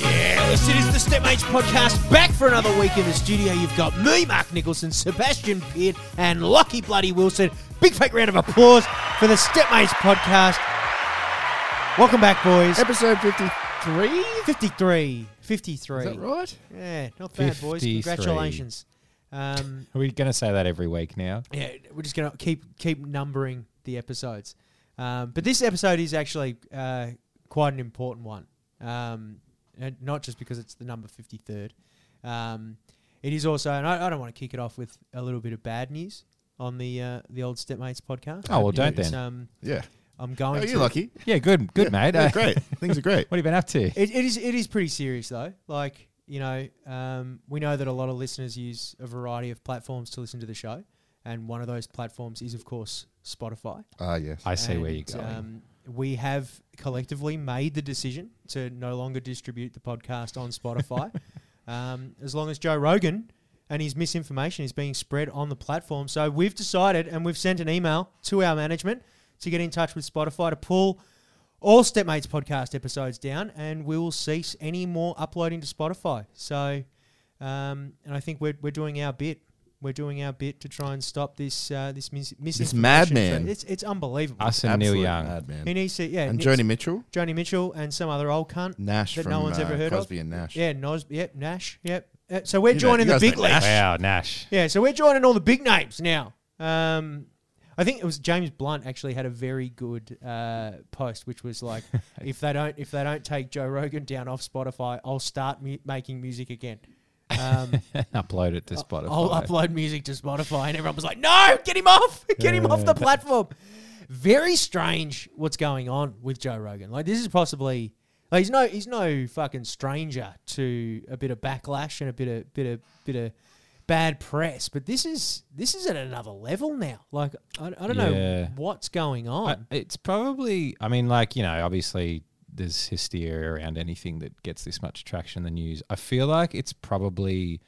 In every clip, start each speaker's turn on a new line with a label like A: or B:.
A: yes, it is the Step Mates podcast back for another week in the studio. You've got me, Mark Nicholson, Sebastian Beard, and Lucky Bloody Wilson. Big fake round of applause for the Step Mates podcast. Welcome back, boys.
B: Episode 53? Is
A: 53. 53.
B: that right?
A: Yeah, not bad, boys.
C: 53.
A: Congratulations. Um,
C: Are we going to say that every week now?
A: yeah, we're just gonna keep keep numbering the episodes, um, but this episode is actually uh, quite an important one, um, and not just because it's the number fifty third. Um, it is also, and I, I don't want to kick it off with a little bit of bad news on the uh, the old stepmates podcast.
C: Oh, well, don't
A: It's,
C: then.
A: Um,
B: Yeah.
A: I'm
B: Oh,
A: going.
B: you're
A: to
B: lucky.
C: Yeah, good, good, mate.
B: Yeah,
C: Uh,
B: great. Things are great.
C: What have you been up to?
A: It, it is it is pretty serious though. Like you know, um, we know that a lot of listeners use a variety of platforms to listen to the show, and one of those platforms is of course Spotify.
B: Ah, yes.
C: I see where
A: And,
C: you're going.
A: Um, we have collectively made the decision to no longer distribute the podcast on Spotify, um, as long as Joe Rogan and his misinformation is being spread on the platform. So we've decided, and we've sent an email to our management to get in touch with Spotify to pull all Stepmates podcast episodes down, and we will cease any more uploading to Spotify. So, um, and I think we're, we're doing our bit. We're doing our bit to try and stop this uh, this mis- misinformation.
B: madman.
A: trend. It's it's unbelievable.
C: Us and Neil
B: Absolute
C: Young.
B: madman.
A: He needs to, yeah.
B: And
A: Nick's-
B: Joni Mitchell,
A: Joni Mitchell and some other old cunt.
B: Nash
A: That
B: from
A: no one's
B: uh,
A: ever heard of.
B: Cosby and Nash.
A: Yeah, Nos, yep, Nash, yep. Uh, so we're
B: You know-
A: joining
B: you
A: the
B: guys
A: big
B: know
A: leagues.
C: Wow, Nash.
A: Yeah, so we're joining all the big names now. Um, I think it was James Blunt actually had a very good uh, post, which was like, if they don't if they don't take Joe Rogan down off Spotify, I'll start mu- making music again. Um,
C: Upload it to Spotify.
A: I'll upload music to Spotify, and everyone was like, "No, get him off! Get him off the platform." Very strange what's going on with Joe Rogan. Like this is possibly like he's no he's no fucking stranger to a bit of backlash and a bit of bit of bit of bad press, but this is this is at another level now. Like I, I don't know
C: Yeah.
A: what's going
C: I-
A: on.
C: Uh, it's probably, I mean, like, you know, obviously there's hysteria around anything that gets this much traction in the news. I feel like it's probably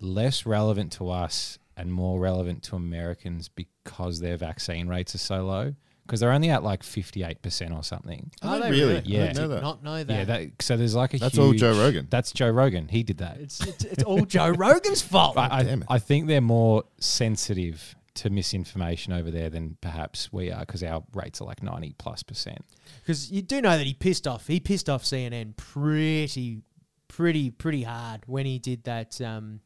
C: less relevant to us and more relevant to Americans because their vaccine rates are so low. Because they're only at like 58% or something.
B: Are
A: they
B: they really?
C: Yeah.
B: I didn't know
A: Did
B: that.
A: not know that.
C: Yeah, that, so there's like a
B: That's all Joe
C: huge-
B: Rogan.
C: That's Joe Rogan. He did that.
A: it's, it's it's all Joe Rogan's fault.
C: I, I,
B: damn it.
C: I think they're more sensitive to misinformation over there than perhaps we are because our rates are like 90 plus percent.
A: because you do know that he pissed off. He pissed off CNN pretty, pretty, pretty hard when he did that. Um,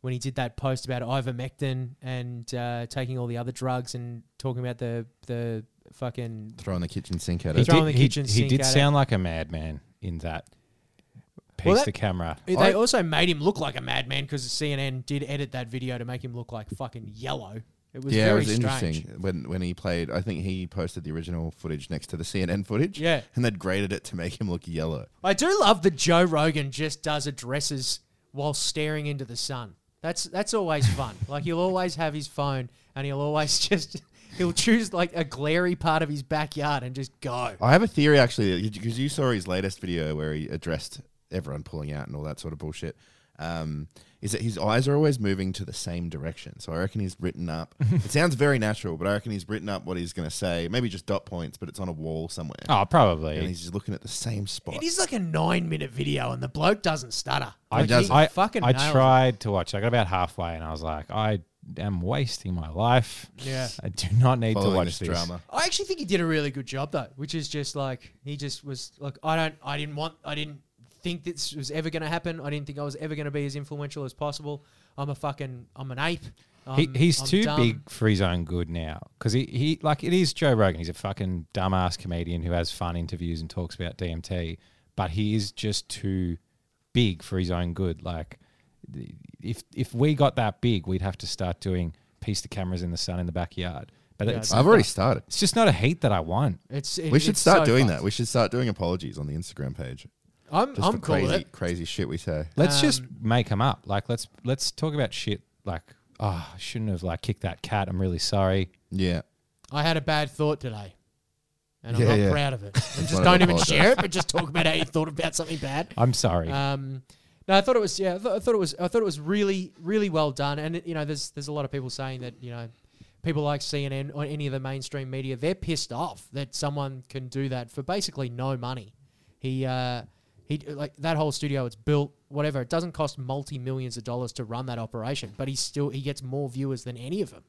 A: when he did that post about ivermectin and uh, taking all the other drugs and talking about the the fucking
B: Throwing the kitchen sink at
A: He
B: it.
A: did- throwing the
C: he,
A: kitchen
C: he
A: sink
C: did
A: at it.
C: sound like a madman in that piece
A: Well, that-
C: to camera.
A: They
B: I-
A: also made him look like a madman because CNN did edit that video to make him look like fucking yellow. It was
B: yeah,
A: very
B: it was
A: strange.
B: interesting when when he played. I think he posted the original footage next to the CNN footage.
A: Yeah.
B: and they'd graded it to make him look yellow.
A: I do love that Joe Rogan just does addresses while staring into the sun. That's that's always fun. like he'll always have his phone and he'll always just he'll choose like a glary part of his backyard and just go.
B: I have a theory actually because you saw his latest video where he addressed everyone pulling out and all that sort of bullshit. Um, is that his eyes are always moving to the same direction? So I reckon he's written up. it sounds very natural, but I reckon he's written up what he's going to say. Maybe just dot points, but it's on a wall somewhere,
C: Oh,
B: and
C: probably.
B: he's just looking at the same spot.
A: It is like a nine minute video and the bloke doesn't stutter.
C: I,
A: Like,
C: just,
A: he
C: I,
A: fucking
C: I
A: nails it.
C: tried to watch. I got about halfway and I was like, I am wasting my life.
A: Yeah.
C: I do not need to
B: Following
C: watch
B: this
C: this.
B: drama.
A: I actually think he did a really good job though, which is just like he just was like I don't I didn't want I didn't think this was ever going to happen. I didn't think I was ever going to be as influential as possible. I'm a fucking I'm an ape.
C: He,
A: I'm-
C: he's
A: I'm
C: too
A: dumb.
C: big for his own good now because he, he like it is Joe Rogan. He's a fucking dumbass comedian who has fun interviews and talks about DMT, but he is just too big for his own good. Like th- if if we got that big, we'd have to start doing piece the cameras in the sun in the backyard. But
A: Yeah,
C: it's
B: I've already started.
C: it's just not a heat that I want.
A: It's it,
B: We should
A: it's
B: start
A: so
B: doing
A: fucked.
B: that. We should start doing apologies on the Instagram page.
A: I'm
B: Just
A: I'm
B: for
A: cool with
B: crazy,
A: it.
B: crazy shit we say.
C: Let's just
A: Um,
C: make them up. Like let's let's talk about shit. Like oh, I shouldn't have like kicked that cat. I'm really sorry.
B: Yeah.
A: I had a bad thought today, and I'm
B: Yeah,
A: not
B: yeah.
A: proud of it. And just
B: one
A: don't
B: of
A: even
B: the
A: share it, but just talk about how you thought about something bad.
C: I'm sorry.
A: Um, no, I thought it was yeah. I, th- I thought it was I thought it was really really well done. And you know, there's there's a lot of people saying that you know, people like CNN or any of the mainstream media, they're pissed off that someone can do that for basically no money. He uh, He like that whole studio. It's built whatever. It doesn't cost multi millions of dollars to run that operation, but he still he gets more viewers than any of them.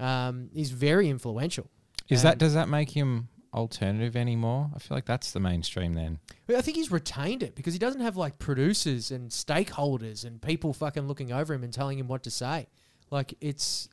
A: Um, he's very influential.
C: Is that
A: And-
C: does that make him alternative anymore? I feel like that's the mainstream then.
A: I think he's retained it because he doesn't have like producers and stakeholders and people fucking looking over him and telling him what to say. Like it's,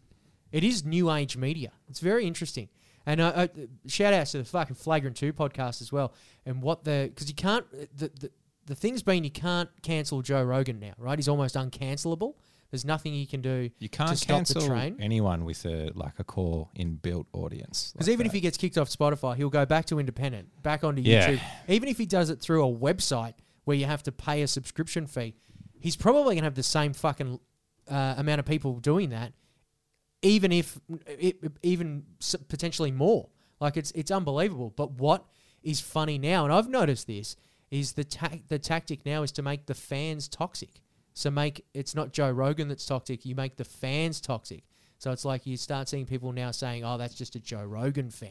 A: it is new age media. It's very interesting. And I, I, shout outs to the fucking Flagrant Two podcast as well. And what the because you can't uh, the, the the thing's been you can't cancel Joe Rogan now, right? He's almost uncancelable. There's nothing he can do.
C: You can't
A: stop the
C: cancel
A: train?
C: anyone with a like a core inbuilt audience.
A: Because
C: like
A: even if
C: that.
A: he gets kicked off Spotify, he'll go back to independent, back onto
C: Yeah.
A: YouTube. Even if he does it through a website where you have to pay a subscription fee, he's probably going to have the same fucking uh, amount of people doing that, even if e- e- even s- potentially more. Like it's it's unbelievable. But what is funny now, and I've noticed this, is the tac the tactic now is to make the fans toxic. So make it's not Joe Rogan that's toxic. You make the fans toxic. So it's like you start seeing people now saying, "Oh, that's just a Joe Rogan fan."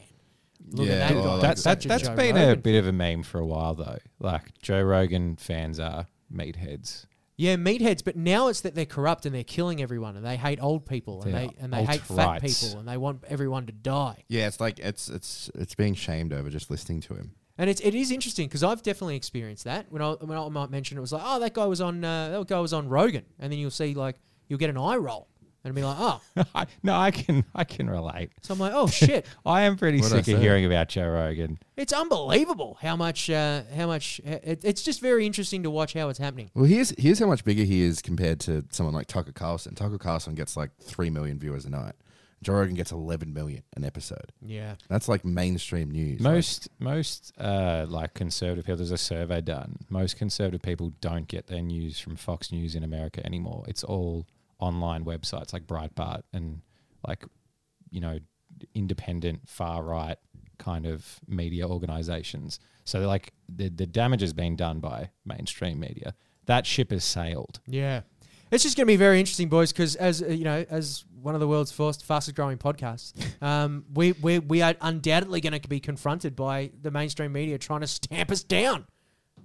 A: Look
B: Yeah,
A: at that
B: oh,
A: guy.
B: like
C: that,
B: that's
C: that,
A: such a
C: that's
A: Joe
C: been a
A: Rogan
C: bit of a meme for a while though. Like Joe Rogan fans are meatheads.
A: Yeah, meatheads, but now it's that they're corrupt and they're killing everyone and they hate old people and
C: They
A: they
C: are
A: and they hate fat
C: alt-rights.
A: people and they want everyone to die.
B: Yeah, it's like it's it's it's being shamed over just listening to him.
A: And it's it is interesting because I've definitely experienced that when I when I might mention it was like, oh, that guy was on uh, that guy was on Rogan, and then you'll see like you'll get an eye roll and be like, oh,
C: I, no, I can I can relate.
A: so I'm like, oh shit,
C: I am pretty
B: What'd I
C: sick of
B: say?
C: hearing about Joe Rogan.
A: it's unbelievable how much uh, how much it, it's just very interesting to watch how it's happening.
B: Well, here's here's how much bigger he is compared to someone like Tucker Carlson. Tucker Carlson gets like three million viewers a night. Joe Rogan gets eleven million an episode.
A: Yeah,
B: That's like mainstream news. Like,
C: Most most uh, like conservative people. There's a survey done. Most conservative people don't get their news from Fox News in America anymore. It's all online websites like Breitbart and like you know independent far right kind of media organizations. So like the the damage has been done by mainstream media. That ship has sailed.
A: yeah, it's just gonna be very interesting, boys, because as uh, you know, as one of the world's first fastest growing podcasts, um, we we we are undoubtedly going to be confronted by the mainstream media trying to stamp us down.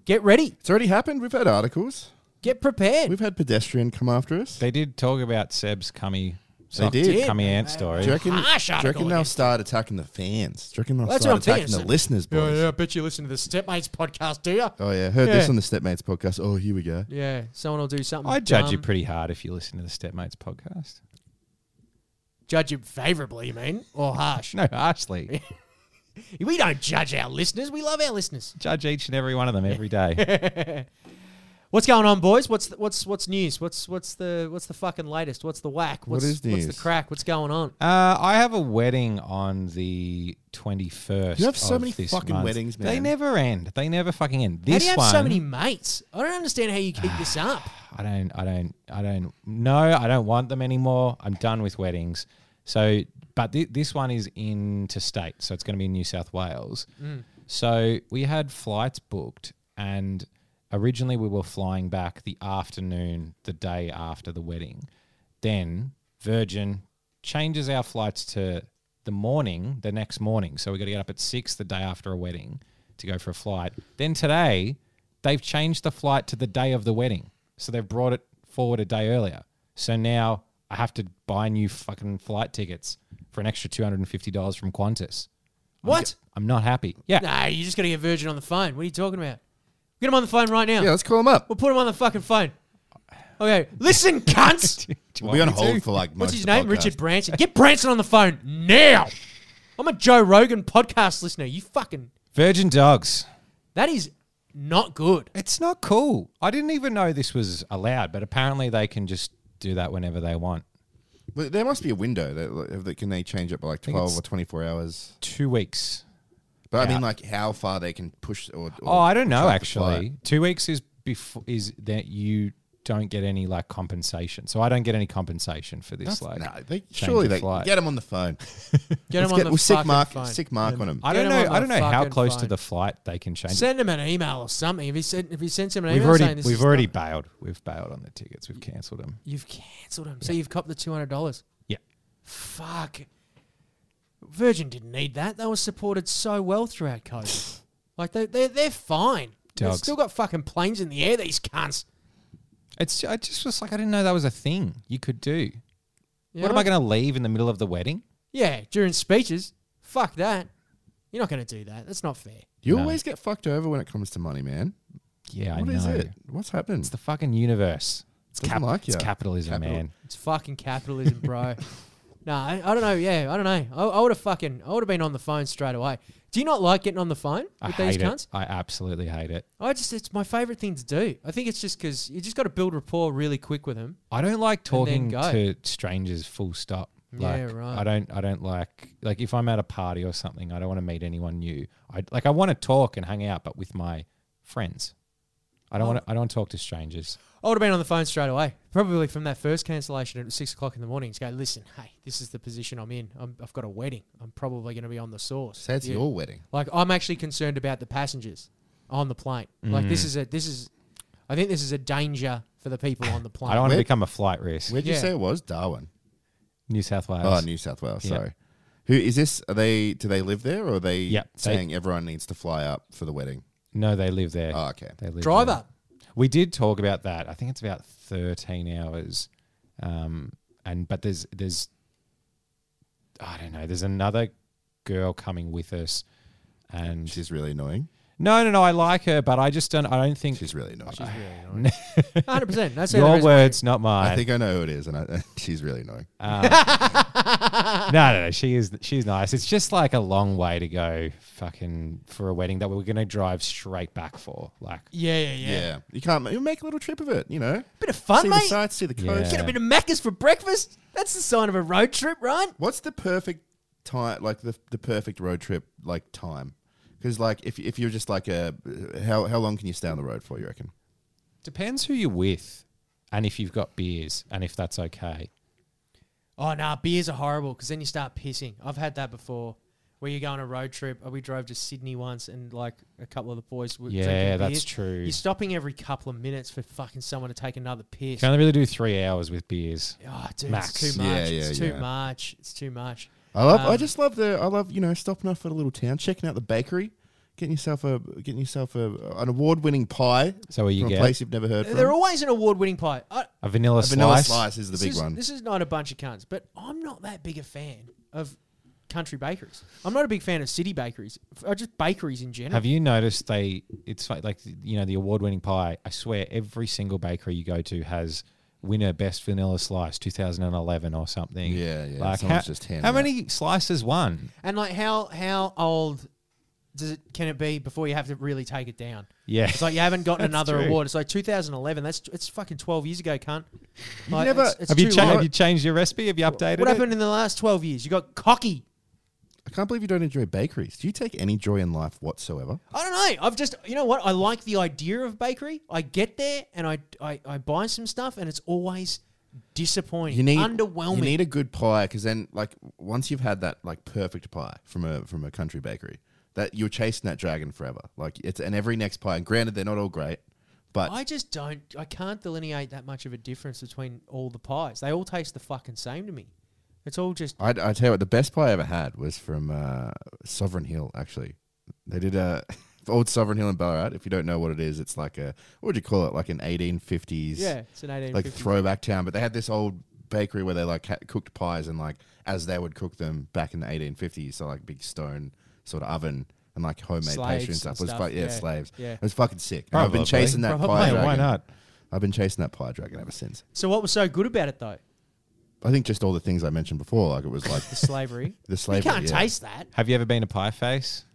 A: Get ready,
B: it's already happened. We've had articles.
A: get prepared.
B: We've had pedestrian come after us.
C: They did talk about Seb's cummy.
B: They did.
A: Did,
C: cummy ant
A: man.
C: story.
B: do you reckon,
A: Harsh
B: do you
A: article
B: reckon they'll
A: against
B: start attacking the fans? Do you reckon they'll
A: That's
B: start
A: what I'm
B: attacking
A: thinking,
B: the listeners, boys?
A: Oh, Yeah, yeah, I bet you listen to the Stepmates podcast, do you?
B: Oh yeah, heard this
A: Yeah.
B: on the Stepmates podcast. Oh, here we go.
A: Yeah, someone will do something.
C: I judge you
A: dumb.
C: pretty hard if you listen to the Stepmates podcast.
A: Judge you favourably, you mean? Or harsh?
C: No, harshly.
A: We don't judge our listeners. We love our listeners.
C: judge each and every one of them every day.
A: What's going on, boys? What's the, what's what's news? What's what's the what's the fucking latest? What's the whack?
B: What
A: What's,
B: is
A: What's
B: news?
A: the crack? What's going on?
C: uh, I have a wedding on the twenty first.
B: You have so many
C: this
B: fucking
C: month.
B: weddings, man.
C: They never end. They never fucking end. This
A: how do you have
C: one,
A: so many mates? I don't understand how you keep this up.
C: I don't, I don't, I don't. No, I don't want them anymore. I'm done with weddings. So, but thi- this one is interstate, so it's going to be in New South Wales. So we had flights booked, and originally we were flying back the afternoon, the day after the wedding. Then Virgin changes our flights to the morning, the next morning. So we got to get up at six the day after a wedding to go for a flight. Then today, they've changed the flight to the day of the wedding. So they've brought it forward a day earlier. So now I have to buy new fucking flight tickets for an extra $250 from Qantas. I'm
A: What?
C: g- I'm not happy. Yeah.
A: Nah, you just got to get Virgin on the phone. What are you talking about? Get him on the phone right now.
B: Yeah, let's call them up.
A: We'll put him on the fucking phone. Okay, listen, cunt.
B: We'll be on hold for like most
A: What's his
B: of the
A: name?
B: podcast.
A: Richard Branson. Get Branson on the phone now. I'm a Joe Rogan podcast listener. You fucking.
C: Virgin Dogs.
A: That is not good.
C: It's not cool. I didn't even know this was allowed, but apparently they can just do that whenever they want.
B: Well, There must be a window that, like, that can they change it by like
C: think
B: twelve
C: it's-
B: or twenty four hours.
C: Two weeks.
B: But I
C: Yeah.
B: mean, like how far they can push or. or
C: Oh, I don't know
B: track the flight.
C: actually. Two weeks is before is that you don't get any like compensation. So I don't get any compensation for this. like,
B: Nah, they,
C: change
B: surely
C: of
B: they
C: flight.
B: get them on the phone.
A: Get
B: Let's
A: him on
B: get-
A: the
B: we'll sick
A: fucking
B: mark,
A: phone.
B: sick mark on them.
C: I
A: Get
C: don't
A: him
C: know.
A: on
C: I don't
A: the
C: know how
A: fucking
C: close to
A: phone.
C: the flight they can change. it.
A: Send him an email or something. If he sent, if he sends him an
C: We've
A: email
C: already
A: saying this
C: we've
A: is
C: already
A: not- Mm.
C: bailed. We've bailed on the tickets. We've cancelled them.
A: you've cancelled him, so you've copped the two hundred dollars.
C: Yeah.
A: Fuck. Virgin didn't need that. They were supported so well throughout COVID. like they they they're fine. They've
C: dogs.
A: still got fucking planes in the air, these cunts.
C: it's I just was like I didn't know that was a thing you could do.
A: You
C: What am
A: know?
C: I going to leave in the middle of the wedding?
A: Yeah, during speeches. Fuck that. You're not going to do that. That's not fair.
B: You
C: No.
B: always get fucked over when it comes to money, man.
C: Yeah,
B: What
C: I know.
B: is it? What's happened?
C: It's the fucking universe. It's,
B: Doesn't like
C: it's
B: ya.
C: capitalism,
B: Capital.
C: man.
A: It's fucking capitalism, bro. nah, I, I don't know. Yeah, I don't know. I, I would have fucking, I would have been on the phone straight away. Do you not like getting on the phone
C: I
A: with
C: hate
A: these cunts?
C: it. I absolutely hate it.
A: I just, it's my favorite thing to do. I think it's just because you just got to build rapport really quick with them.
C: I don't like talking
A: go.
C: to strangers. Full stop.
A: Yeah,
C: Like,
A: right.
C: I don't. I don't like like if I'm at a party or something. I don't want to meet anyone new. I like. I want to talk and hang out, but with my friends. I don't
A: Oh.
C: want. To, I don't want to talk to strangers.
A: I would have been on the phone straight away, probably from that first cancellation at six o'clock in the morning. Just go, listen, hey, this is the position I'm in. I'm, I've got a wedding. I'm probably going to be on the source.
B: Say it's
A: Yeah.
B: your wedding.
A: Like I'm actually concerned about the passengers on the plane. Like
C: Mm.
A: this is a this is, I think this is a danger for the people on the plane.
C: I don't want to
B: Where-
C: become a flight risk.
B: Where'd you
A: Yeah.
B: say it was? Darwin.
C: New South Wales.
B: Oh, New South Wales.
C: Yeah.
B: Sorry. Who is this? Are they? Do they live there, or are they
C: Yeah, they-
B: saying everyone needs to fly up for the wedding?
C: no, they live there.
B: Oh, okay.
C: They live
A: Drive
C: there.
A: up.
C: We did talk about that. I think it's about thirteen hours, um, and but there's there's I don't know. There's another girl coming with us, and
B: She's really annoying.
C: no, no, no. I like her, but I just don't. I don't think
B: She's really annoying.
A: She's really annoying. Hundred percent. That's the only
C: your
A: reason why-
C: words, not mine.
B: I think I know who it is, and I, she's really annoying.
C: no, no, no. She is she's nice. It's just like a long way to go, fucking for a wedding that we're gonna drive straight back for. Like,
A: Yeah, yeah, yeah.
B: Yeah. you can't. You make a little trip of it. You know,
A: Bit of fun,
B: see the
A: mate.
B: sights, see the coast.
A: Get a bit of Macca's for breakfast. That's the sign of a road trip, right?
B: What's the perfect time? Like the the perfect road trip, like time. Because like if if you're just like a how how long can you stay on the road for? You reckon?
C: depends who you're with, and if you've got beers, and if that's okay.
A: Oh no, beers are horrible because then you start pissing. I've had that before. Where you go on a road trip, uh, we drove to Sydney once, and like a couple of the boys were
C: Yeah,
A: drinking
C: that's
A: beers.
C: true.
A: You're stopping every couple of minutes for fucking someone to take another piss.
C: Can only really do three hours with beers.
A: Oh, dude,
C: Max.
A: it's too much.
B: Yeah,
A: it's
B: yeah,
A: too
B: yeah.
A: much. It's too much.
B: I love. I
A: Um,
B: just love the. I love you know stopping off at a little town, checking out the bakery, getting yourself a getting yourself a an award winning pie
C: So are you
B: from a
C: get
B: place you've never heard from.
A: They're always an award-winning pie. I,
C: a vanilla
B: a vanilla
C: slice.
B: slice. is the
A: this
B: big
A: is-
B: one.
A: This is not a bunch of cunts, but I'm not that big a fan of country bakeries. I'm not a big fan of city bakeries. F- Or just bakeries in general.
C: Have you noticed they? It's like, like you know the award-winning pie. I swear, every single bakery you go to has winner best vanilla slice 2011 or something.
B: Yeah, yeah,
C: Like how,
B: someone's just handing
C: how
B: out.
C: many slices won?
A: and like, how how old does it can it be before you have to really take it down?
C: Yeah,
A: It's like you haven't gotten
C: That's
A: another
C: true.
A: award. It's like 2011. That's it's fucking 12 years ago, cunt. Like,
B: never-
A: it's, it's
C: have you
A: too
C: cha-
A: long.
C: have you changed your recipe? Have you updated?
A: What
C: it?
A: happened in the last 12 years? You got cocky.
B: I can't believe you don't enjoy bakeries. Do you take any joy in life whatsoever?
A: I don't know. I've just, you know what? I like the idea of bakery. I get there and I, I, I buy some stuff, and it's always disappointing,
B: You need
A: underwhelming.
B: You need a good pie because then, like, once you've had that like perfect pie from a from a country bakery, that you're chasing that dragon forever. Like it's and every next pie. And granted, they're not all great, but
A: I just don't. I can't delineate that much of a difference between all the pies. They all taste the fucking same to me. It's all just
B: I, I tell you what, the best pie I ever had was from uh, Sovereign Hill. Actually, they did a old Sovereign Hill in Ballarat. If you don't know what it is, it's like a what would you call it? Like an eighteen fifties,
A: yeah. It's an eighteen.
B: like throwback town. But they had this old bakery where they like ha- cooked pies and like as they would cook them back in the eighteen fifties. So like big stone sort of oven and like homemade
A: Slaves
B: pastry and
A: and
B: stuff. It was
A: stuff,
B: like yeah,
A: yeah,
B: slaves.
A: yeah.
B: it was fucking sick. And I've been
C: Probably.
B: chasing that
A: Probably.
B: pie
C: Yeah,
B: dragon.
C: why not?
B: I've been chasing that pie dragon ever since.
A: So what was so good about it though?
B: I think just all the things I mentioned before, like it was like
A: The slavery.
B: the
A: you
B: slavery.
A: can't
B: yeah.
A: taste that.
C: Have you ever been to Pie Face?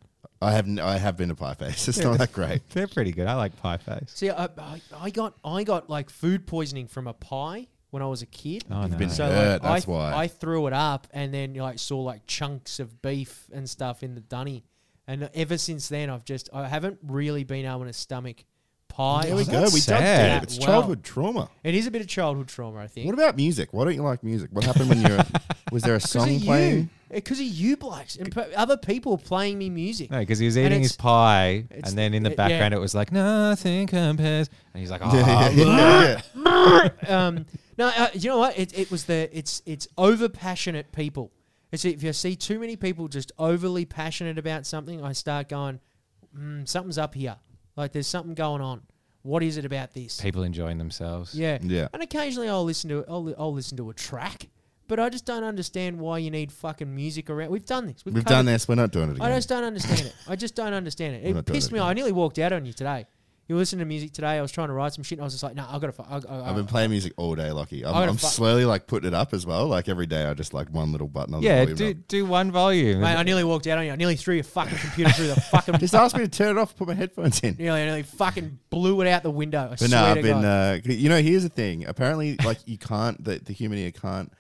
B: I have n- I have been to Pie Face. It's not that great.
C: They're pretty good. I like Pie Face.
A: See, I, I, I got I got like food poisoning from a pie when I was a kid.
C: Oh, no.
B: been-
A: So
B: Yeah,
A: like,
B: that's
A: I,
B: why.
A: I threw it up, and then like saw like chunks of beef and stuff in the dunny, and ever since then I've just I haven't really been able to stomach pie.
B: There we
C: Oh, that's
B: go. We dug
C: sad.
B: deep. Oh, It's
A: Well-
B: childhood trauma.
A: It is a bit of childhood trauma, I think.
B: What about music? Why don't you like music? What happened when you were, was there a
A: Because
B: song
A: of
B: playing?
A: you, because of you blokes and pe- other people playing me music.
C: No, because he was
A: And
C: eating his
A: it's-
C: pie,
A: it's-
C: and then in the
A: it- yeah.
C: background it was like nothing compares, and he's like, oh,
B: Yeah, yeah, yeah, yeah.
A: um, no, uh, you know what? It, it was the it's it's over passionate people. It's if you see too many people just overly passionate about something, I start going, mm, "Hmm, something's up here. Like there's something going on. What is it about this?
C: People enjoying themselves.
A: Yeah.
B: Yeah.
A: And occasionally I'll listen to I'll, li- I'll listen to a track, but I just don't understand why you need fucking music around. We've done this.
B: We've, done
A: covered-
B: this. We're not doing it again.
A: I just don't understand it. I just don't understand it.
B: We're not
A: It
B: doing
A: pissed
B: it
A: me off.
B: again.
A: I nearly walked out on you today. You were listening to music today. I was trying to write some shit, and I was just like, "No, I gotta." Fu- I, I, I,
B: I've been playing music all day, Lucky. I'm,
A: I gotta
B: I'm
A: fu-
B: slowly like putting it up as well. Like every day, I just like one little button on
C: Yeah,
B: the
C: do
B: volume. knob.
C: do one volume.
A: Mate, I nearly walked out on you. I nearly threw your fucking computer through the fucking.
B: Just ask me to turn it off. Put my headphones in.
A: nearly, nearly fucking blew it out the window. I
B: But
A: swear
B: no,
A: to
B: I've
A: God.
B: been. Uh, you know, here's the thing. Apparently, like you can't. The, the human ear can't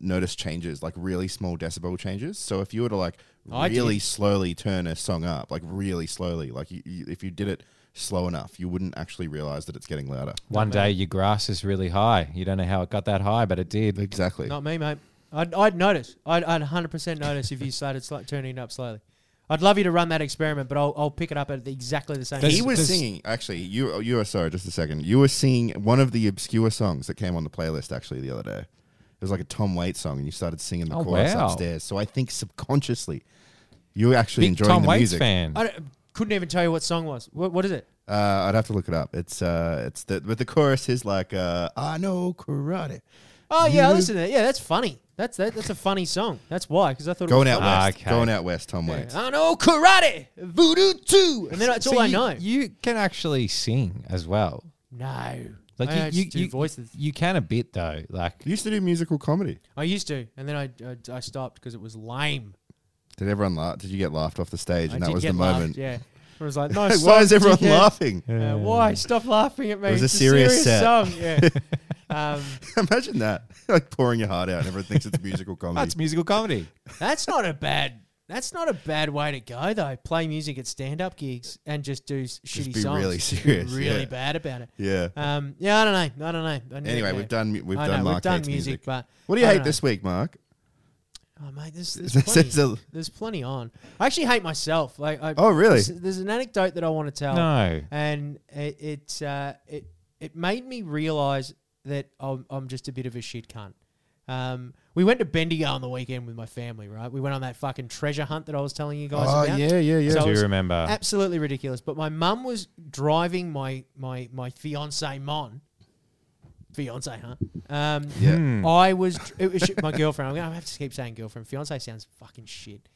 B: notice changes, like really small decibel changes. So if you were to like
A: I did.
B: really slowly turn a song up, like really slowly, like you, you, if you did it slow enough, you wouldn't actually realize that it's getting louder.
C: One day your grass is really high. You don't know how it got that high, but it did.
B: Exactly.
A: Not me, mate. I'd, I'd notice. I'd, I'd 100% notice if you started sli- turning it up slowly. I'd love you to run that experiment, but I'll, I'll pick it up at the- exactly the same.
B: he
C: There's-
B: was
C: there's-
B: singing actually. You you were sorry, just a second. You were singing one of the obscure songs that came on the playlist actually the other day. It was like a Tom Waits song, and you started singing the
C: Oh,
B: chorus
C: wow.
B: upstairs. So I think subconsciously, you were actually
C: Big
B: enjoying
C: Tom
B: the
C: Waits
B: music.
C: fan.
A: I don't- couldn't even tell you what song was. What, what is it?
B: Uh, I'd have to look it up. It's uh, it's the but the chorus is like uh, I know karate,
A: Oh, yeah, I
B: You-
A: listened to that. Yeah, that's funny. That's that, That's a funny song. That's why, because I thought
B: going
A: it
B: out
A: was
C: Ah,
B: west,
C: okay.
B: going out west. Tom
A: funny.
B: Waits.
A: I know karate, voodoo too. And then that's
C: So
A: all I
C: you-
A: know.
C: You can actually sing as well.
A: no.
C: Like
A: I
C: you,
A: don't
C: you,
A: do
C: you-
A: voices.
C: You can a bit though. Like
B: You used to do musical comedy.
A: I used to, and then I, I, I stopped because it was lame.
B: Did everyone laugh? Did you get laughed off the stage?
A: I
B: And
A: did
B: that was
A: get
B: the
A: laughed,
B: moment.
A: Yeah. I was like,
B: Like,
A: nice.
B: why
A: song,
B: is everyone
A: dickhead."
B: laughing?
A: Uh, why? Stop laughing at me.
B: It was a
A: It's
B: serious set.
A: song. Yeah. um,
B: Imagine that, like pouring your heart out, and everyone thinks it's musical comedy.
C: that's musical comedy.
A: that's not a bad. That's not a bad way to go though. Play music at stand-up gigs and just do s- shitty
B: be
A: songs.
B: really serious,
A: really
B: yeah.
A: bad about it.
B: Yeah.
A: Um, yeah, I don't know. I don't know. I don't
B: Anyway,
A: know.
B: we've done mu- we've
A: I
B: done
A: know,
B: Mark
A: we've done
B: hates
A: music,
B: music.
A: but
B: What do you
A: I
B: hate
A: don't
B: this week, Mark?
A: Oh mate, there's, there's
B: This
A: plenty.
B: is a-
A: there's plenty on. I actually hate myself. Like, I,
B: Oh, really?
A: There's, there's an anecdote that I want to tell.
C: No.
A: and Oh. it it uh, it, it made me realize that I'm, I'm just a bit of a shit cunt. Um, we went to Bendigo on the weekend with my family, right? We went on that fucking treasure hunt that I was telling you guys
B: Oh
A: about.
B: yeah, yeah, yeah.
A: So-
C: Do
A: I was-
C: you remember?
A: Absolutely ridiculous. But my mum was driving my my my fiance Mon, fiance, huh? Um,
B: yeah.
C: Hmm.
A: I was it was my girlfriend. I'm gonna have to keep saying girlfriend. Fiance sounds fucking shit.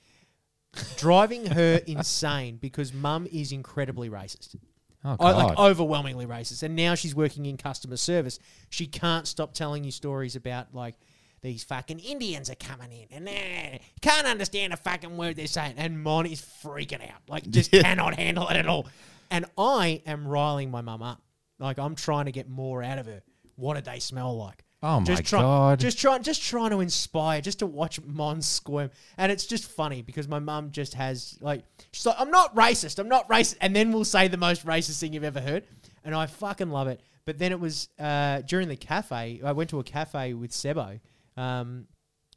A: Driving her insane because mum is incredibly racist.
C: Oh
A: I,
C: god.
A: like overwhelmingly racist. And now she's working in customer service. She can't stop telling you stories about like these fucking Indians are coming in and eh, can't understand a fucking word they're saying. And Mon is freaking out. Like just cannot handle it at all. And I am riling my mum up. Like I'm trying to get more out of her. What did they smell like?
C: Oh my
A: try-
C: God.
A: Just trying, just trying to inspire, just to watch Mon squirm, and it's just funny because my mum just has like she's like, "I'm not racist, I'm not racist," and then we'll say the most racist thing you've ever heard, and I fucking love it. But then it was uh, during the cafe. I went to a cafe with Sebo um,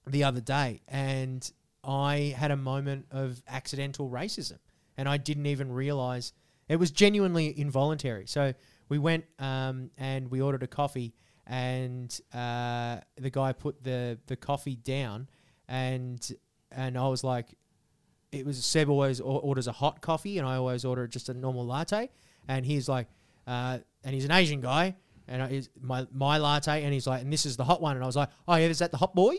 A: the other day, and I had a moment of accidental racism, and I didn't even realize it was genuinely involuntary. So we went um, and we ordered a coffee, and uh, the guy put the the coffee down, and and I was like, it was Seb always or- orders a hot coffee, and I always order just a normal latte. And he's like, uh, and he's an Asian guy, and I, he's my my latte, and he's like, and this is the hot one, and I was like, oh yeah, is that the hot boy?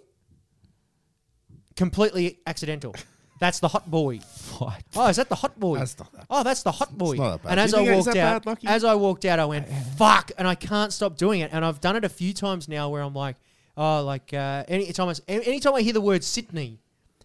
A: Completely accidental. That's the hot boy.
C: What?
A: Oh, is that the hot boy?
B: That's not that
A: Oh, that's the hot boy.
B: not that
A: And
B: bad. Do
A: as
B: you
A: I
B: think it- is
A: walked
B: that
A: out,
B: bad, Lockie?
A: as I walked out, I went fuck, and I can't stop doing it. And I've done it a few times now, where I'm like, oh, like uh, any time I s- any anytime I hear the word Sydney,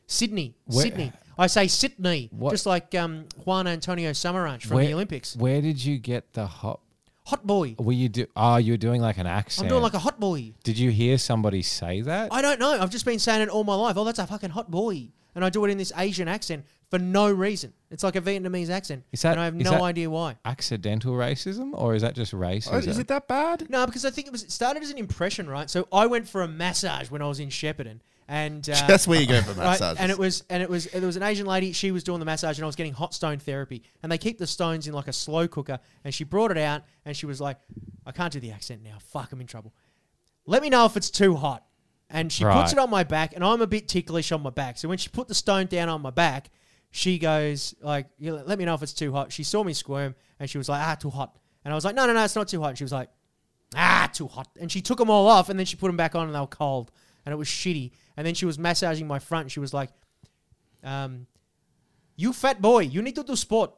A: Sydney,
C: Where-
A: Sydney, I say Sydney,
C: What-
A: just like um, Juan Antonio Samaranch from the Olympics.
C: Where did you get the hot?
A: Hot boy.
C: Were you do? Oh, you were doing like an accent.
A: I'm doing like a hot boy.
C: did you hear somebody say that?
A: I don't know. I've just been saying it all my life. Oh, that's a fucking hot boy, and I do it in this Asian accent for no reason. It's like a Vietnamese accent,
C: Is that-
A: and I have
C: is
A: no
C: that-
A: idea why.
C: Accidental racism, or is that just racism?
B: Oh, is it that bad?
A: No, because I think it was it started as an impression, right? So I went for a massage when I was in Shepparton, and uh,
B: That's where you go for
A: right,
B: massages.
A: and it was and it was there was an Asian lady. She was doing the massage, and I was getting hot stone therapy. And they keep the stones in like a slow cooker, and she brought it out, and she was like, "I can't do the accent now. Fuck, I'm in trouble. Let me know if it's too hot." And she puts
C: Right.
A: it on my back, and I'm a bit ticklish on my back. So when she put the stone down on my back, she goes like, "You know, "Let me know if it's too hot." She saw me squirm, and she was like, "Ah, too hot." And I was like, "No, no, no, it's not too hot." And she was like, "Ah, too hot." And she took them all off, and then she put them back on, and they were cold, and it was shitty. And then she was massaging my front. And she was like, um, "You fat boy, you need to do sport."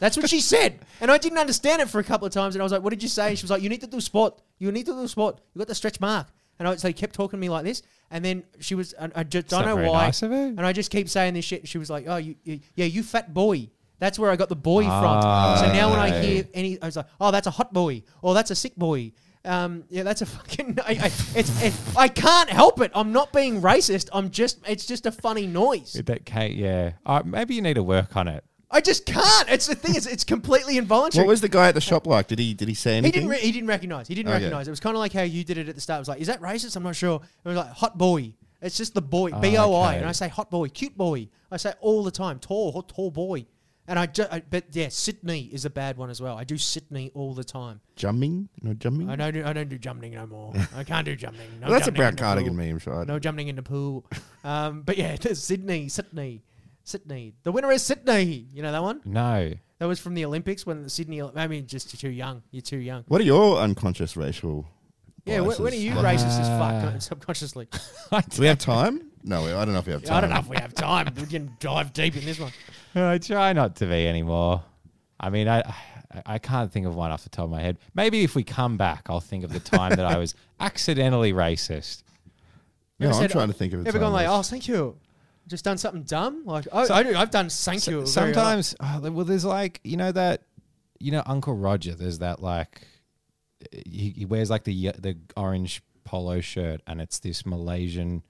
A: That's what she said, and I didn't understand it for a couple of times. And I was like, "What did you say?" And she was like, "You need to do sport. You need to do sport. You got the stretch mark." And I so he kept talking to me like this, and then she was, and I just don't
C: not
A: know
C: very
A: why.
C: nice of her.
A: And I just keep saying this shit. She was like, "Oh, you, you yeah, you fat boy." That's where I got the boy
C: Ah,
A: from. So now when I
B: Okay.
A: hear any, I was like, "Oh, that's a hot boy," or "That's a sick boy." Um, yeah, that's a fucking. I, I, it's, it, I can't help it. I'm not being racist. I'm just. It's just a funny noise.
C: That Kate, yeah. Uh, maybe you need to work on it.
A: I just can't. It's the thing. It's, it's completely involuntary.
B: What was the guy at the shop like? Did he did he say
A: He
B: anything?
A: didn't. Re- he didn't recognize. He didn't
B: Okay.
A: recognize. It was kind of like how you did it at the start. It was like, is that racist? I'm not sure. It was like hot boy. It's just the boy,
C: Oh,
A: B O I,
C: okay.
A: and I say hot boy, cute boy. I say all the time, tall, hot, tall boy. And I, ju- I, but yeah, Sydney is a bad one as well. I do Sydney all the time.
B: jumping? No jumping.
A: I don't. Do, I don't do jumping no more. I can't do jumping. No
B: well, that's a
A: jumping
B: brown
A: in the pool.
B: cardigan meme, sure.
A: No jumping in the pool. Um, but yeah, there's Sydney, Sydney, Sydney. The winner is Sydney. You know that one?
C: No.
A: That was from the Olympics when the Sydney. I mean, just you're too young. You're too young.
B: What are your unconscious racial?
A: Yeah, wh- when are
B: biases?
A: you
B: Like,
A: racist as fuck
C: Ah.
A: uh, subconsciously?
B: Do we have time? No, I don't know if we have time.
A: I don't know if we have time. We can dive deep in this one.
C: I try not to be anymore. I mean, I, I I can't think of one off the top of my head. Maybe if we come back, I'll think of the time that I was accidentally racist.
B: No,
A: Ever
B: I'm
A: said-
B: trying to think of. a
A: Ever
B: time
A: gone like,
B: that's-
A: oh, thank you. Just done something dumb? Like, oh,
C: So-
A: I do. I've done thank
C: So-
A: you. very a lot.
C: sometimes, oh, well, there's like you know that you know Uncle Roger. There's that like he, he wears like the ye- the orange polo shirt, and it's this Malaysian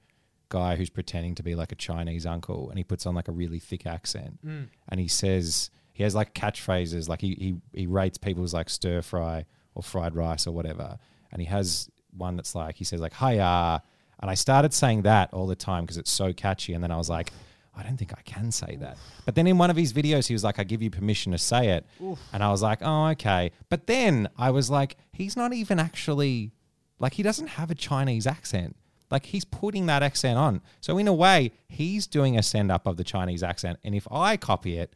C: guy who's pretending to be like a Chinese uncle, and he puts on like a really thick accent,
A: Hmm.
C: and he says he has like catchphrases, like he he he rates people's like stir fry or fried rice or whatever, and he has one that's like he says like hiya. And I started saying that all the time because it's so catchy. And then I was like, I don't think I can say that. But then in one of his videos, he was like, I give you permission to say it. And I was like, oh, okay. But then I was like, he's not even actually, like, he doesn't have a Chinese accent. Like, he's putting that accent on. So, in a way, he's doing a send up of the Chinese accent. And if I copy it,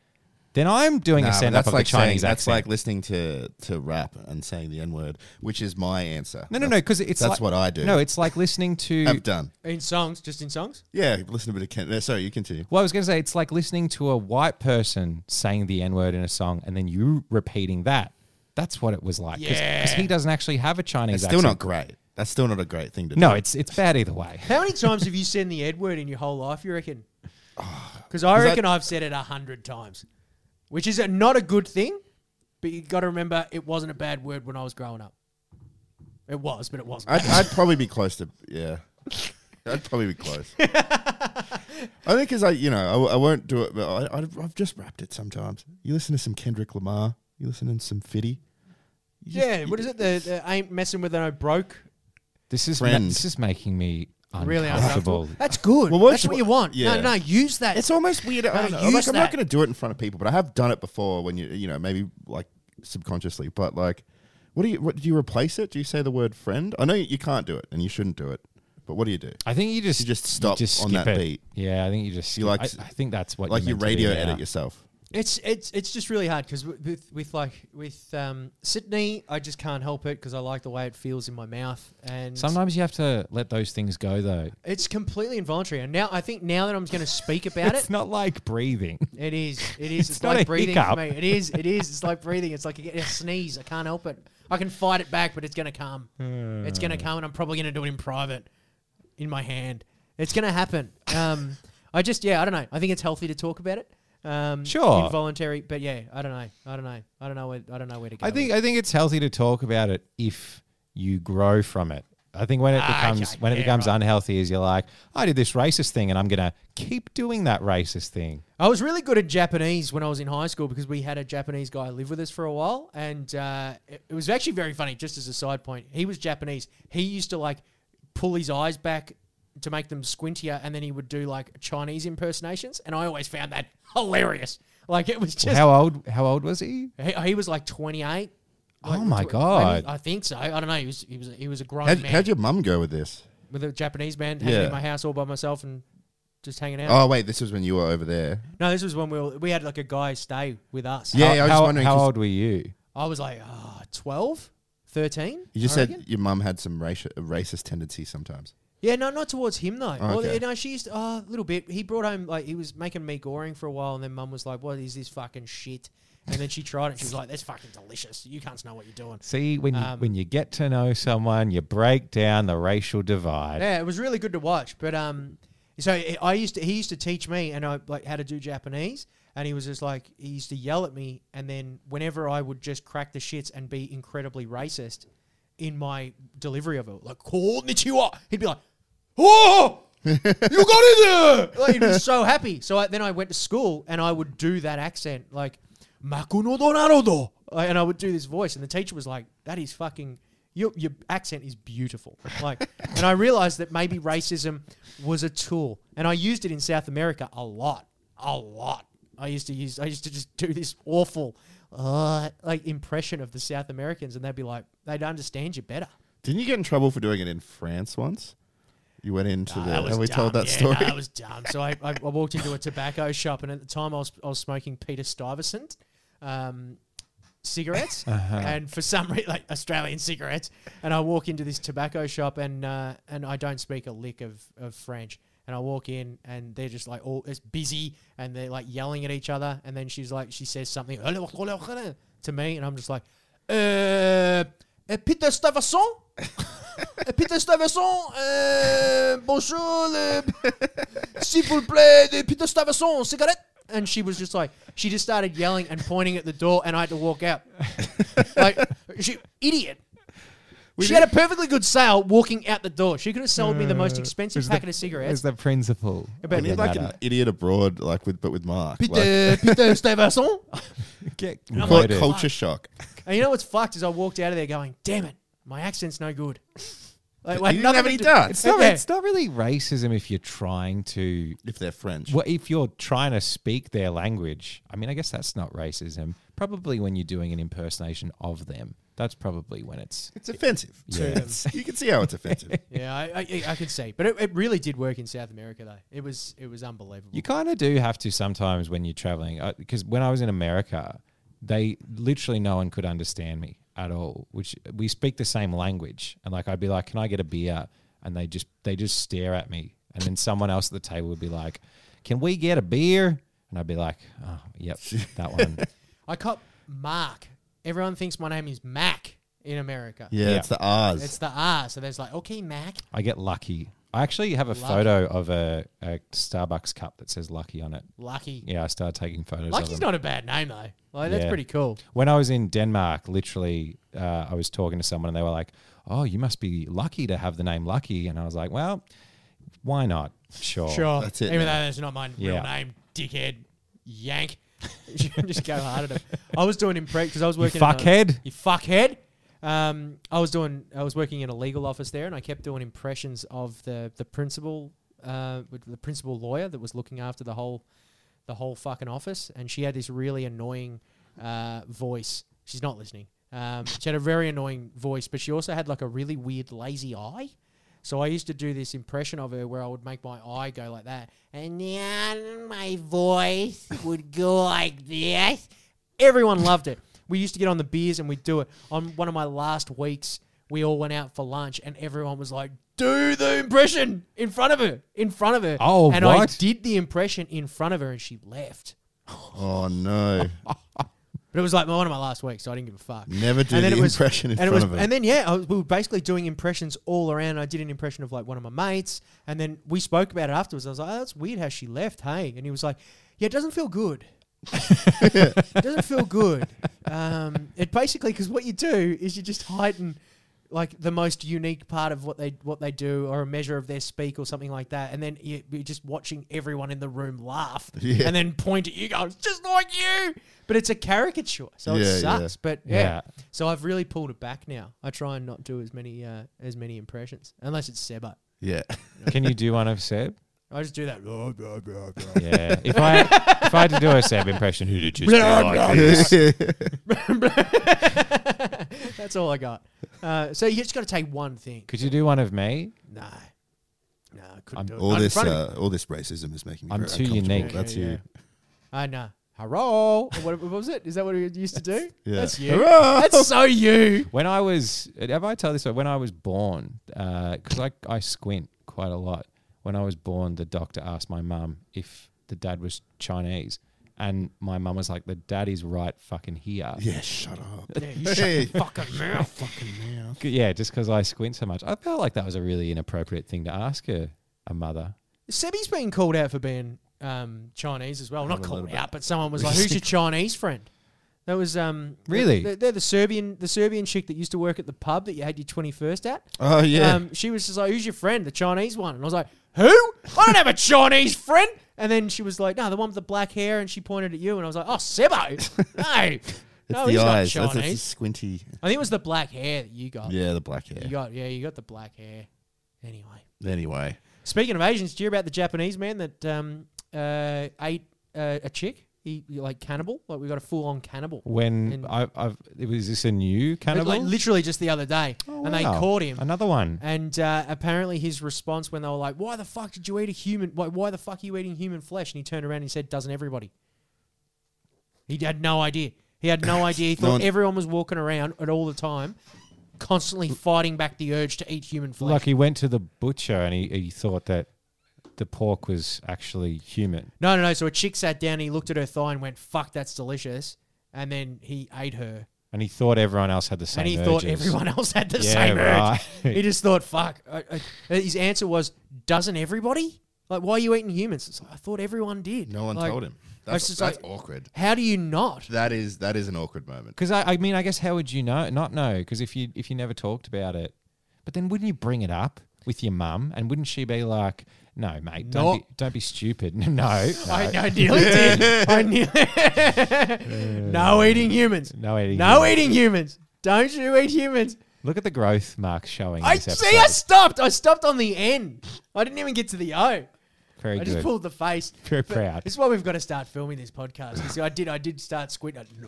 C: then I'm doing
B: Nah,
C: a
B: but
C: send up
B: that's
C: of
B: like
C: the
B: saying-
C: Chinese
B: That's
C: accent.
B: like listening to to rap and saying the n word, which is my answer.
C: no, no, no,
B: That's-
C: because it's
B: that's
C: like-
B: what I do. Um,
C: No, it's like listening to.
B: I've done.
A: in songs, just in songs.
B: Yeah, listen to a bit of Ken. no, Sorry, you continue.
C: Well, I was going to say it's like listening to a white person saying the N word in a song and then you repeating that. That's what it was like. Because
A: Yeah.
C: he doesn't actually have a Chinese
B: It's
C: accent.
B: still not great. That's still not a great thing to do.
C: no, it's it's bad either way.
A: How many times have you said the Ed word in your whole life? You reckon? Because I
B: Is that-
A: reckon I've said it a hundred times, which is a, not a good thing. But you got to remember, it wasn't a bad word when I was growing up. It was, but it wasn't.
B: I'd, I'd probably be close to yeah. I'd probably be close. I think because I, you know, I, I won't do it, but I, I've, I've just rapped it sometimes. You listen to some Kendrick Lamar. You listen to some Fitty. You just-
A: yeah, what is it? The, the ain't messing with no broke.
C: This is ma-
B: Friend.
C: this is making me uncomfortable.
A: really uncomfortable. That's good.
B: Well, what's-
A: That's what you want. No,
B: yeah.
A: no, use that.
B: It's almost weird. I don't
A: No,
B: know. Like,
A: use
B: I'm not
A: that.
B: going to do it in front of people, but I have done it before when you, you know, maybe like subconsciously. But like, what do you, what do you replace it? Do you say the word friend? I know you, you can't do it and you shouldn't do it, but what do you do?
C: I think you just
B: You just stop on
C: skip
B: that
C: it.
B: beat.
C: Yeah, I think you just
B: You
C: skip-
B: like-
C: I, I think that's what
B: Like you
C: you're meant to do
B: radio
C: now.
B: edit yourself.
A: It's it's it's just really hard because with with like with um, Sydney, I just can't help it because I like the way it feels in my mouth, and
C: Sometimes you have to let those things go though.
A: it's completely involuntary. And now I think now that I'm going to speak about it,
C: It's not like breathing.
A: it is it is it's,
C: not a
A: like breathing for
C: hiccup.
A: me. It is it is it's like breathing. It's like I get a sneeze. I can't help it. I can fight it back, but it's going to come. It's
C: Hmm.
A: going to come, and I'm probably going to do it in private, in my hand. It's going to happen. Um, I just yeah, I don't know. I think it's healthy to talk about it. Um,
C: Sure.
A: involuntary, but yeah, I don't know. I don't know. I don't know where I don't know where to go.
C: I
A: with
C: think I think it's healthy to talk about it if you grow from it. I think when it
A: Ah,
C: becomes
A: okay.
C: when it
A: Yeah,
C: becomes
A: right.
C: unhealthy is you're like, I did this racist thing and I'm gonna keep doing that racist thing.
A: I was really good at Japanese when I was in high school because we had a Japanese guy live with us for a while, and uh, it, it was actually very funny. Just as a side point, he was Japanese. He used to like pull his eyes back to make them squintier, and then he would do like Chinese impersonations, and I always found that hilarious. Like it was just
C: How old how old was he?
A: he, he was like twenty eight.
C: Oh my God.
A: I think so. I don't know. He was he was he was a grown
B: How'd,
A: man
B: how'd your mum go with this?
A: with a Japanese man hanging
B: Yeah.
A: in my house all by myself and just hanging out.
B: Oh wait, this was when you were over there.
A: No, this was when we were, we had like a guy stay with us.
B: Yeah,
C: how,
B: yeah, I was
C: how,
B: wondering,
C: how
B: 'cause-
C: old were you?
A: I was like, ah, 12, 13.
B: You just
A: I
B: said
A: reckon.
B: your mum had some raci- racist tendencies sometimes.
A: Yeah, no, not towards him though.
B: Oh,
A: Well,
B: okay.
A: you know, she used to, oh, a little bit. He brought home like he was making me goring for a while, and then Mum was like, "What is this fucking shit?" And then she tried it. and She was like, "That's fucking delicious. You can't know what you're doing."
C: See, when you,
A: Um,
C: when you get to know someone, you break down the racial divide.
A: Yeah, it was really good to watch. But um, so it, I used to he used to teach me and I like how to do Japanese, and he was just like he used to yell at me, and then whenever I would just crack the shits and be incredibly racist in my delivery of it, like "Konnichiwa," he'd be like, "Oh." you got in there! Like, he'd be so happy. So I, then I went to school and I would do that accent, like "Makuno Donarodo," Like, and I would do this voice, and the teacher was like, "That is fucking your, your accent is beautiful. Like, and I realized that maybe racism was a tool, and I used it in South America a lot, a lot. I used to use, I used to just do this awful, uh, like impression of the South Americans, and they'd be like, they'd understand you better.
B: Didn't you get in trouble for doing it in France once? You went into
A: Ah,
B: the
A: that was
B: and we
A: dumb.
B: told that
A: Yeah,
B: story.
A: no, that was dumb. So I, I, I walked into a tobacco shop, and at the time I was, I was smoking Peter Stuyvesant um, cigarettes,
B: Uh-huh.
A: and for some reason, like Australian cigarettes. And I walk into this tobacco shop, and uh, and I don't speak a lick of, of French. And I walk in, and they're just like all it's busy, and they're like yelling at each other. And then she's like, she says something to me, and I'm just like, uh, uh, Peter Stuyvesant. Euh, Peter Stuyvesant, euh, bonjour, le- s'il vous plaît, de Peter Stuyvesant, cigarette. And she was just like, she just started yelling and pointing at the door, and I had to walk out. like, she, idiot. she had a perfectly good sale walking out the door. She could have sold me the
B: Uh,
A: most expensive
C: It's the-
A: packet of cigarettes.
C: It's the principle.
A: But-
B: we need like an idiot abroad, like with but with Mark. Like,
A: Peter, Peter Stuyvesant.
C: get
B: we call it
C: loaded.
B: culture shock.
A: And you know what's fucked is I walked out of there going, damn it, my accent's no good. Like,
B: you didn't have any
C: It's
B: darts
C: not,
A: Yeah.
C: it's not really racism if you're trying to.
B: if they're French.
C: Well, if you're trying to speak their language, I mean, I guess that's not racism. Probably when you're doing an impersonation of them, that's probably when it's.
B: It's offensive.
A: Yeah.
B: It's- you can see how it's offensive.
A: Yeah, I, I, I could see, but it, it really did work in South America though. It was it was unbelievable.
C: You kind of do have to sometimes when you're traveling, because when I was in America, they literally no one could understand me at all. Which we speak the same language, and like I'd be like, "Can I get a beer?" And they just they just stare at me, and then someone else at the table would be like, "Can we get a beer?" And I'd be like, "Oh, yep, that one."
A: I caught Mark. Everyone thinks my name is Mac in America.
B: Yeah,
C: Yeah.
B: it's the R's.
A: It's the R, so there's like, okay, Mac.
C: I get lucky. I actually have a
A: Lucky.
C: photo of a, a Starbucks cup that says "lucky" on it.
A: Lucky.
C: Yeah, I started taking photos. of them.
A: Lucky's not a bad name though. Like that's
C: Yeah.
A: pretty cool.
C: when I was in Denmark, literally, uh, I was talking to someone and they were like, "Oh, you must be lucky to have the name Lucky," and I was like, "Well, why not? Sure,
A: Sure.
B: That's it,
A: Even
B: man.
A: though that's not my
C: Yeah.
A: real name, dickhead, yank. You can just go hard at him. I was doing impress because I was
C: You
A: working. in a-
C: fuckhead."
A: You fuckhead. Um, I was doing. I was working in a legal office there, and I kept doing impressions of the the principal, uh, with the principal lawyer that was looking after the whole, the whole fucking office. And she had this really annoying, uh, voice. She's not listening. Um, she had a very annoying voice, but she also had like a really weird lazy eye. So I used to do this impression of her where I would make my eye go like that, and then my voice would go like this. Everyone loved it. We used to get on the beers and we'd do it. On one of my last weeks, we all went out for lunch and everyone was like, do the impression in front of her, in front of her.
C: Oh,
A: and I
C: what?
A: did the impression in front of her and she left.
B: oh no!
A: But it was like one of my last weeks, so I didn't give a fuck.
B: Never do
A: And then
B: the
A: it was-
B: impression in
A: and
B: front
A: it was,
B: of it.
A: and then yeah, I was, we were basically doing impressions all around. I did an impression of like one of my mates, and then we spoke about it afterwards. I was like, oh, "That's weird how she left, hey?" And he was like, "Yeah, it doesn't feel good. it doesn't feel good. Um, it basically because what you do is you just heighten." Like the most unique part of what they what they do, or a measure of their speak, or something like that, and then you, you're just watching everyone in the room laugh,
B: Yeah.
A: and then point at you, go, "It's just like you," but it's a caricature, so
B: Yeah,
A: it
B: yeah.
A: sucks. But
C: Yeah.
A: yeah, so I've really pulled it back now. I try and not do as many uh, as many impressions, unless it's Sebo.
B: yeah,
C: Can you do one of Seb?
A: I just do that.
C: Yeah. If I if I had to do a Seb impression, who did you?
A: That's all I got. Uh, so you just got to take one thing.
C: Could you do one of me?
A: No, No, I couldn't do it.
D: All
A: Right in
D: this,
A: front of
D: uh, all this racism is making me.
C: I'm
D: very
C: too
D: uncomfortable.
C: unique.
D: That's
A: Yeah,
D: you.
A: I know. Hello. What, what was it? Is that what we used to do?
D: Yeah.
A: That's you. That's so you.
C: When I was, have I told this? story? When I was born, because I, I squint quite a lot. When I was born, the doctor asked my mum if the dad was Chinese. And my mum was like, the dad is right fucking here.
D: Yeah, shut up.
A: Yeah, you
D: Hey.
A: fucking mouth.
D: Fucking mouth.
C: Yeah, just because I squint so much. I felt like that was a really inappropriate thing to ask a, a mother.
A: Sebby's been called out for being um, Chinese as well. Not
B: a little
A: called
B: bit.
A: out, but someone was like, "Who's your Chinese friend?" That was um
C: Really?
A: They're, they're the Serbian the Serbian chick that used to work at the pub that you had your twenty first at.
B: Oh yeah.
A: Um, she was just like, "Who's your friend?" The Chinese one, and I was like, "Who? I don't have a Chinese friend." And then she was like, "No, the one with the black hair," and she pointed at you, and I was like, "Oh, Sebo, no,
B: it's
A: no,
B: the
A: he's not
B: eyes. That's, that's the
A: Chinese."
B: squinty.
A: I think it was the black hair that you got.
B: Yeah, the black hair.
A: You got yeah, you got the black hair. Anyway,
B: anyway,
A: speaking of Asians, do you hear about the Japanese man that um, uh, ate uh, a chick? He like cannibal. Like we got a full on cannibal.
C: When
A: And-
C: I, I've, was this a new kind of
A: Like literally just the other day,
C: Oh,
A: and they caught him.
C: Another one.
A: And uh, apparently, his response when they were like, "Why the fuck did you eat a human? Why, why the fuck are you eating human flesh?" and he turned around and he said, "Doesn't everybody?" He had no idea. He had no idea. He thought
B: one-
A: everyone was walking around at all the time, constantly fighting back the urge to eat human flesh.
C: Like he went to the butcher and he, he thought that the pork was actually human.
A: No, no, no. So a chick sat down. and He looked at her thigh and went, "Fuck, that's delicious." And then he ate her,
C: And he thought everyone else had the same
A: and he
C: urges.
A: thought everyone else had the
C: Yeah,
A: same
C: right.
A: urge. He just thought, "Fuck." I, I- his answer was, "Doesn't everybody? Like, why are you eating humans?" It's like, I thought everyone did.
B: no one
A: Like,
B: told him.
A: that's
B: That's,
A: just
B: that's
A: like-
B: awkward.
A: How do you not?
B: That is that is an awkward moment.
C: Because I, I mean, I guess how would you know? Not know because if you if you never talked about it, but then wouldn't you bring it up with your mum? And wouldn't she be like, "No, mate, don't
A: Not-
C: be, don't be stupid. no, no,
A: I, I nearly did. I nearly. no eating humans.
C: no eating.
A: No
C: humans."
A: eating humans. Don't you eat humans?
C: Look at the growth mark showing. in
A: I
C: this
A: see. I
C: episode.
A: stopped. I stopped on the N. I didn't even get to the O.
C: Very
A: I
C: good.
A: just pulled the face.
C: Very
A: But
C: proud.
A: It's why we've got to start filming this podcast. You see, I did. I did start squinting. I
B: You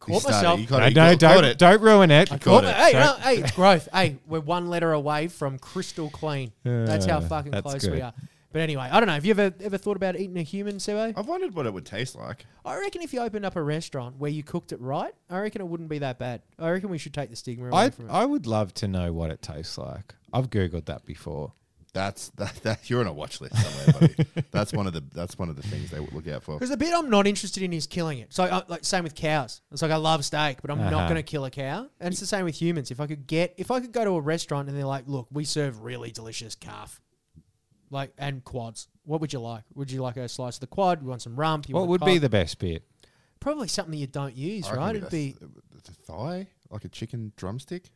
A: caught
B: started-
A: myself.
B: You
C: No,
B: got it. you
C: no,
B: got- got
C: don't
B: it.
C: don't ruin it.
A: Caught
B: Got
A: my-
B: it.
A: hey, no, hey, it's growth. hey, we're one letter away from crystal clean. That's how
C: Yeah,
A: fucking
C: that's
A: close we
C: good.
A: are. But anyway, I don't know. Have you ever ever thought about eating a human, Sebo?
B: I've wondered what it would taste like.
A: I reckon if you opened up a restaurant where you cooked it right, I reckon it wouldn't be that bad. I reckon we should take the stigma away
C: I
A: from it.
C: I would love to know what it tastes like. I've googled that before.
B: That's that, that you're on a watch list somewhere, buddy. that's one of the that's one of the things they would look out for.
A: Because the bit I'm not interested in is killing it. So, uh, like, same with cows. It's like I love steak, but I'm
C: Uh-huh.
A: not going to kill a cow. And it's the same with humans. If I could get, if I could go to a restaurant and they're like, "Look, we serve really delicious calf, like and quads. What would you like? Would you like a slice of the quad? You want some rump? You
C: What
A: want
C: would
A: a
C: be
A: cob?"
C: the best bit?
A: probably something that you don't use,
B: I reckon
A: right? It'd be
B: a, th- a thigh, like a chicken drumstick.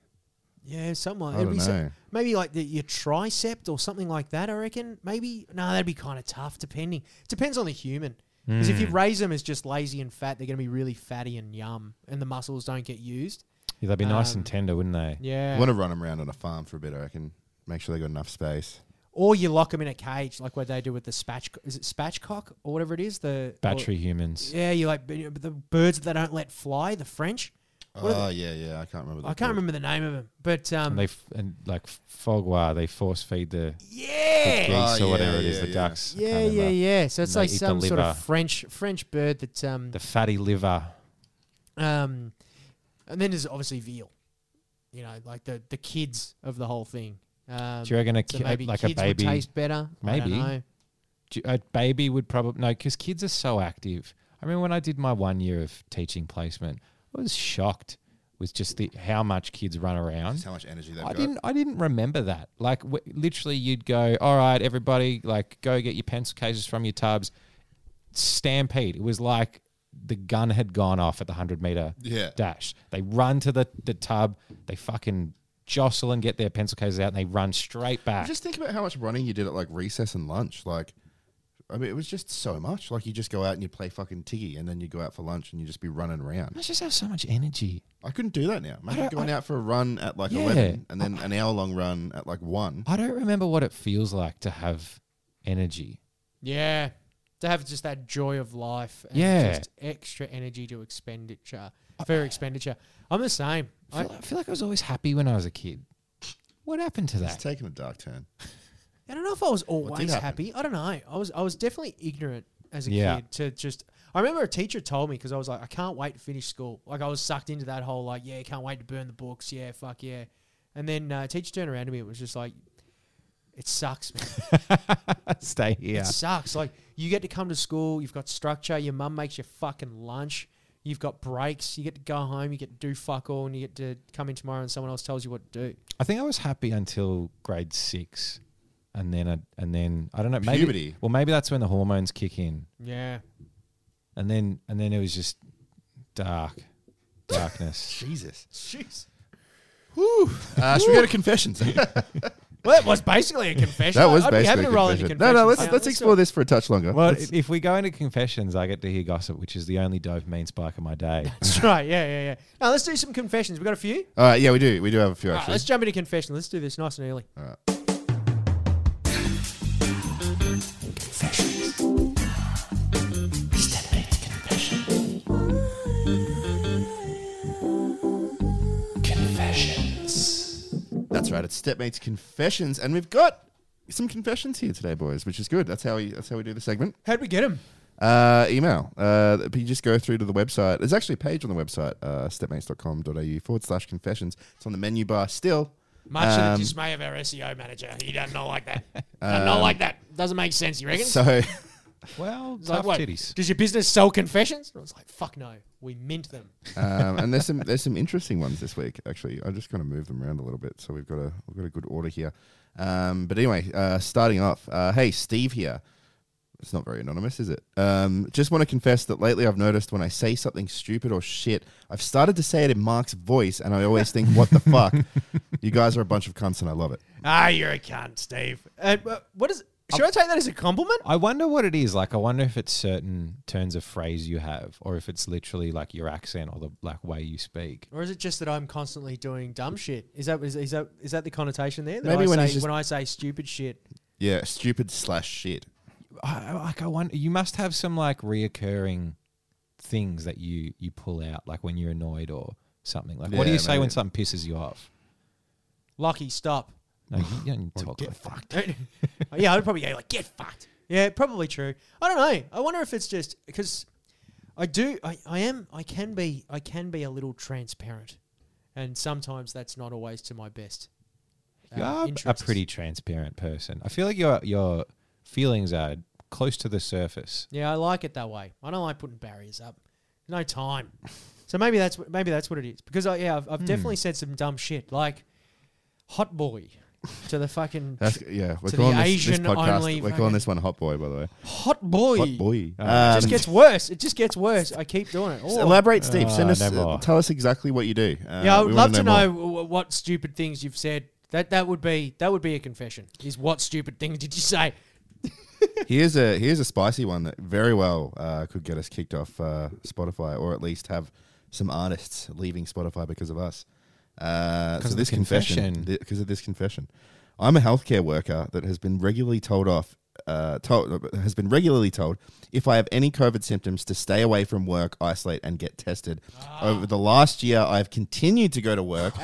A: yeah, something. Like,
B: I
A: Oh, it'd
B: don't
A: be so-
B: know.
A: maybe like the, your tricep or something like that. I reckon maybe no, that'd be kind of tough. Depending, it depends on the human. Because if you
C: Hmm.
A: raise them as just lazy and fat, they're going to be really fatty and yum, and the muscles don't get used.
C: Yeah, they'd be nice
A: Um,
C: and tender, wouldn't they?
A: Yeah.
B: want to run them around on a farm for a bit. I reckon. Make sure they got enough space.
A: or you lock them in a cage, like what they do with the spatch. Is it spatchcock or whatever it is? The or-
C: Battery humans.
A: yeah, you like b- the birds that they don't let fly. The French. What are
B: Oh yeah, yeah. I can't remember.
A: I can't remember the name of them, but um,
C: and they f- and like fogwa, they force feed the
A: yeah.
C: geese
B: Oh,
C: or whatever
B: yeah,
C: it is, the
B: yeah, yeah.
C: ducks. I
A: Yeah,
C: can't
A: yeah,
C: remember.
A: yeah. So it's
C: And they
A: like
C: eat the
A: some sort
C: liver.
A: of French French bird that um,
C: The fatty liver.
A: um, and then there's obviously veal. You know, like the the kids of the whole thing. Um,
C: Do you reckon a
A: so
C: ki-
A: maybe
C: like a
A: kids
C: baby?
A: would taste better? I
C: Maybe.
A: don't know.
C: do- a baby would probably no, because kids are so active. I remember when I did my one year of teaching placement, I was shocked with just the how much kids run around.
B: Just how much energy they've
C: I
B: got.
C: didn't. I didn't remember that. Like w- literally, you'd go, "All right, everybody, like go get your pencil cases from your tubs." Stampede. It was like the gun had gone off at the hundred meter
B: Yeah.
C: dash. They run to the the tub. They fucking jostle and get their pencil cases out, and they run straight back.
B: Just think about how much running you did at like recess and lunch. Like, I mean, it was just so much. Like, you just go out and you play fucking tiggy, and then you go out for lunch and you just be running around.
C: I just have so much energy.
B: I couldn't do that now. Imagine
C: don't-
B: going out for a run at like
C: Yeah.
B: eleven, and then an hour long run at like one.
C: I don't remember what it feels like to have energy.
A: Yeah, to have just that joy of life. And
C: Yeah. Uh,
A: just extra energy to expenditure for expenditure. I'm the same.
C: I
A: I,
C: feel, I feel like I was always happy when I was a kid. What happened to
B: It's
C: that?
B: taking a dark turn.
A: I don't know if I was
B: did
A: always
B: happen?
A: happy. I don't know. I was I was definitely ignorant as a
C: Yeah.
A: kid to just. I remember a teacher told me because I was like, I can't wait to finish school. Like I was sucked into that whole like, yeah, can't wait to burn the books. Yeah, fuck yeah. And then uh, teacher turned around to me and was just like, it sucks, man.
C: Stay here.
A: It sucks. Like you get to come to school, you've got structure. Your mum makes your fucking lunch. You've got breaks. You get to go home. You get to do fuck all, and you get to come in tomorrow, and someone else tells you what to do.
C: I think I was happy until grade six, and then I, and then I don't know. Maybe,
B: Puberty.
C: Well, maybe that's when the hormones kick in,
A: Yeah.
C: and then and then it was just dark, darkness.
B: Jesus.
A: Jeez.
B: Uh, should we go to confessions?
A: Well, it was basically a confession.
B: That was
A: I'd be happy
B: basically
A: to
B: a
A: roll into
B: confession. No, no,
A: confessions
B: let's
A: now.
B: let's explore this for a touch longer.
C: well,
B: Let's-
C: if we go into confessions, I get to hear gossip, which is the only dopamine spike of my day.
A: That's right. Yeah, yeah, yeah. Now let's do some confessions. We got a few.
B: all right, yeah, we do. We do have a few
A: All right,
B: actually.
A: let's jump into confession. Let's do this nice and early.
B: All right. That's right. It's Stepmates Confessions, and we've got some confessions here today, boys, which is good. That's how we that's how we do the segment.
A: How'd we get them?
B: Uh, email. Uh, but you just go through to the website. There's actually a page on the website, uh, stepmates.com.au forward slash confessions. It's on the menu bar still.
A: Much to the
B: Um,
A: dismay of our SEO manager, he does not like that. Does not like that. Doesn't make sense. You reckon?
B: So
C: Well,
A: It's
C: tough
A: like, what,
C: titties.
A: Does your business sell confessions? And I was like, fuck no. We mint them.
B: um, and there's some there's some interesting ones this week. Actually, I'm just going to move them around a little bit, so we've got a we've got a good order here. Um, but anyway, uh, starting off, uh, hey Steve here. It's not very anonymous, is it? Um, just want to confess that lately I've noticed when I say something stupid or shit, I've started to say it in Mark's voice, and I always think, "What the fuck? You guys are a bunch of cunts, and I love it."
A: Ah, you're a cunt, Steve. Uh, what is? Should I take that as a compliment?
C: I wonder what it is. Like, I wonder if it's certain turns of phrase you have, or if it's literally like your accent or the like way you speak.
A: Or is it just that I'm constantly doing dumb shit? Is that is, is that is that the connotation there? That
B: Maybe
A: I
B: when
A: say,
B: he's just-
A: when I say stupid shit,
B: Yeah, stupid slash shit.
C: I, I- like I wonder, you must have some like reoccurring things that you you pull out, like when you're annoyed or something. Like, what do
B: Yeah,
C: you say when
B: maybe.
C: something pisses you off?
A: lucky stop.
C: No, you don't talk like that.
B: fucked.
A: yeah, I'd probably go like get fucked. Yeah, probably true. I don't know. I wonder if it's just because I do. I, I am. I can be. I can be a little transparent, and sometimes that's not always to my best. uh,
C: You are a
A: interests.
C: pretty transparent person. I feel like your your feelings are close to the surface.
A: Yeah, I like it that way. I don't like putting barriers up. No time. So maybe that's what- maybe that's what it is. Because I, yeah, I've,
C: Hmm.
A: I've definitely said some dumb shit like hot boy to the fucking
B: That's yeah. We're
A: To the
B: calling this, this
A: Asian only
B: podcast. We're
A: fucking-
B: calling this one Hot Boy, by the way.
A: hot boy.
B: Hot Boy.
A: It
B: Um,
A: just gets worse. It just gets worse. I keep doing it.
B: S-
A: Oh.
B: Elaborate, Steve. Send
C: Uh,
B: us.
C: never.
B: uh, tell us exactly what you do. Uh,
A: yeah, I
B: we
A: would
B: wanna
A: love to
B: more.
A: know wh- what stupid things you've said. That that would be that would be a confession. Is what stupid things did you say?
B: Here's a here's a spicy one that very well uh, could get us kicked off uh, Spotify, or at least have some artists leaving Spotify because of us. Uh,
C: 'Cause
B: so
C: of
B: this
C: the
B: confession,
C: confession.
B: because of this confession, I'm a healthcare worker that has been regularly told off. Uh, told has been regularly told if I have any COVID symptoms to stay away from work, isolate, and get tested.
C: Ah.
B: Over the last year, I've continued to go to work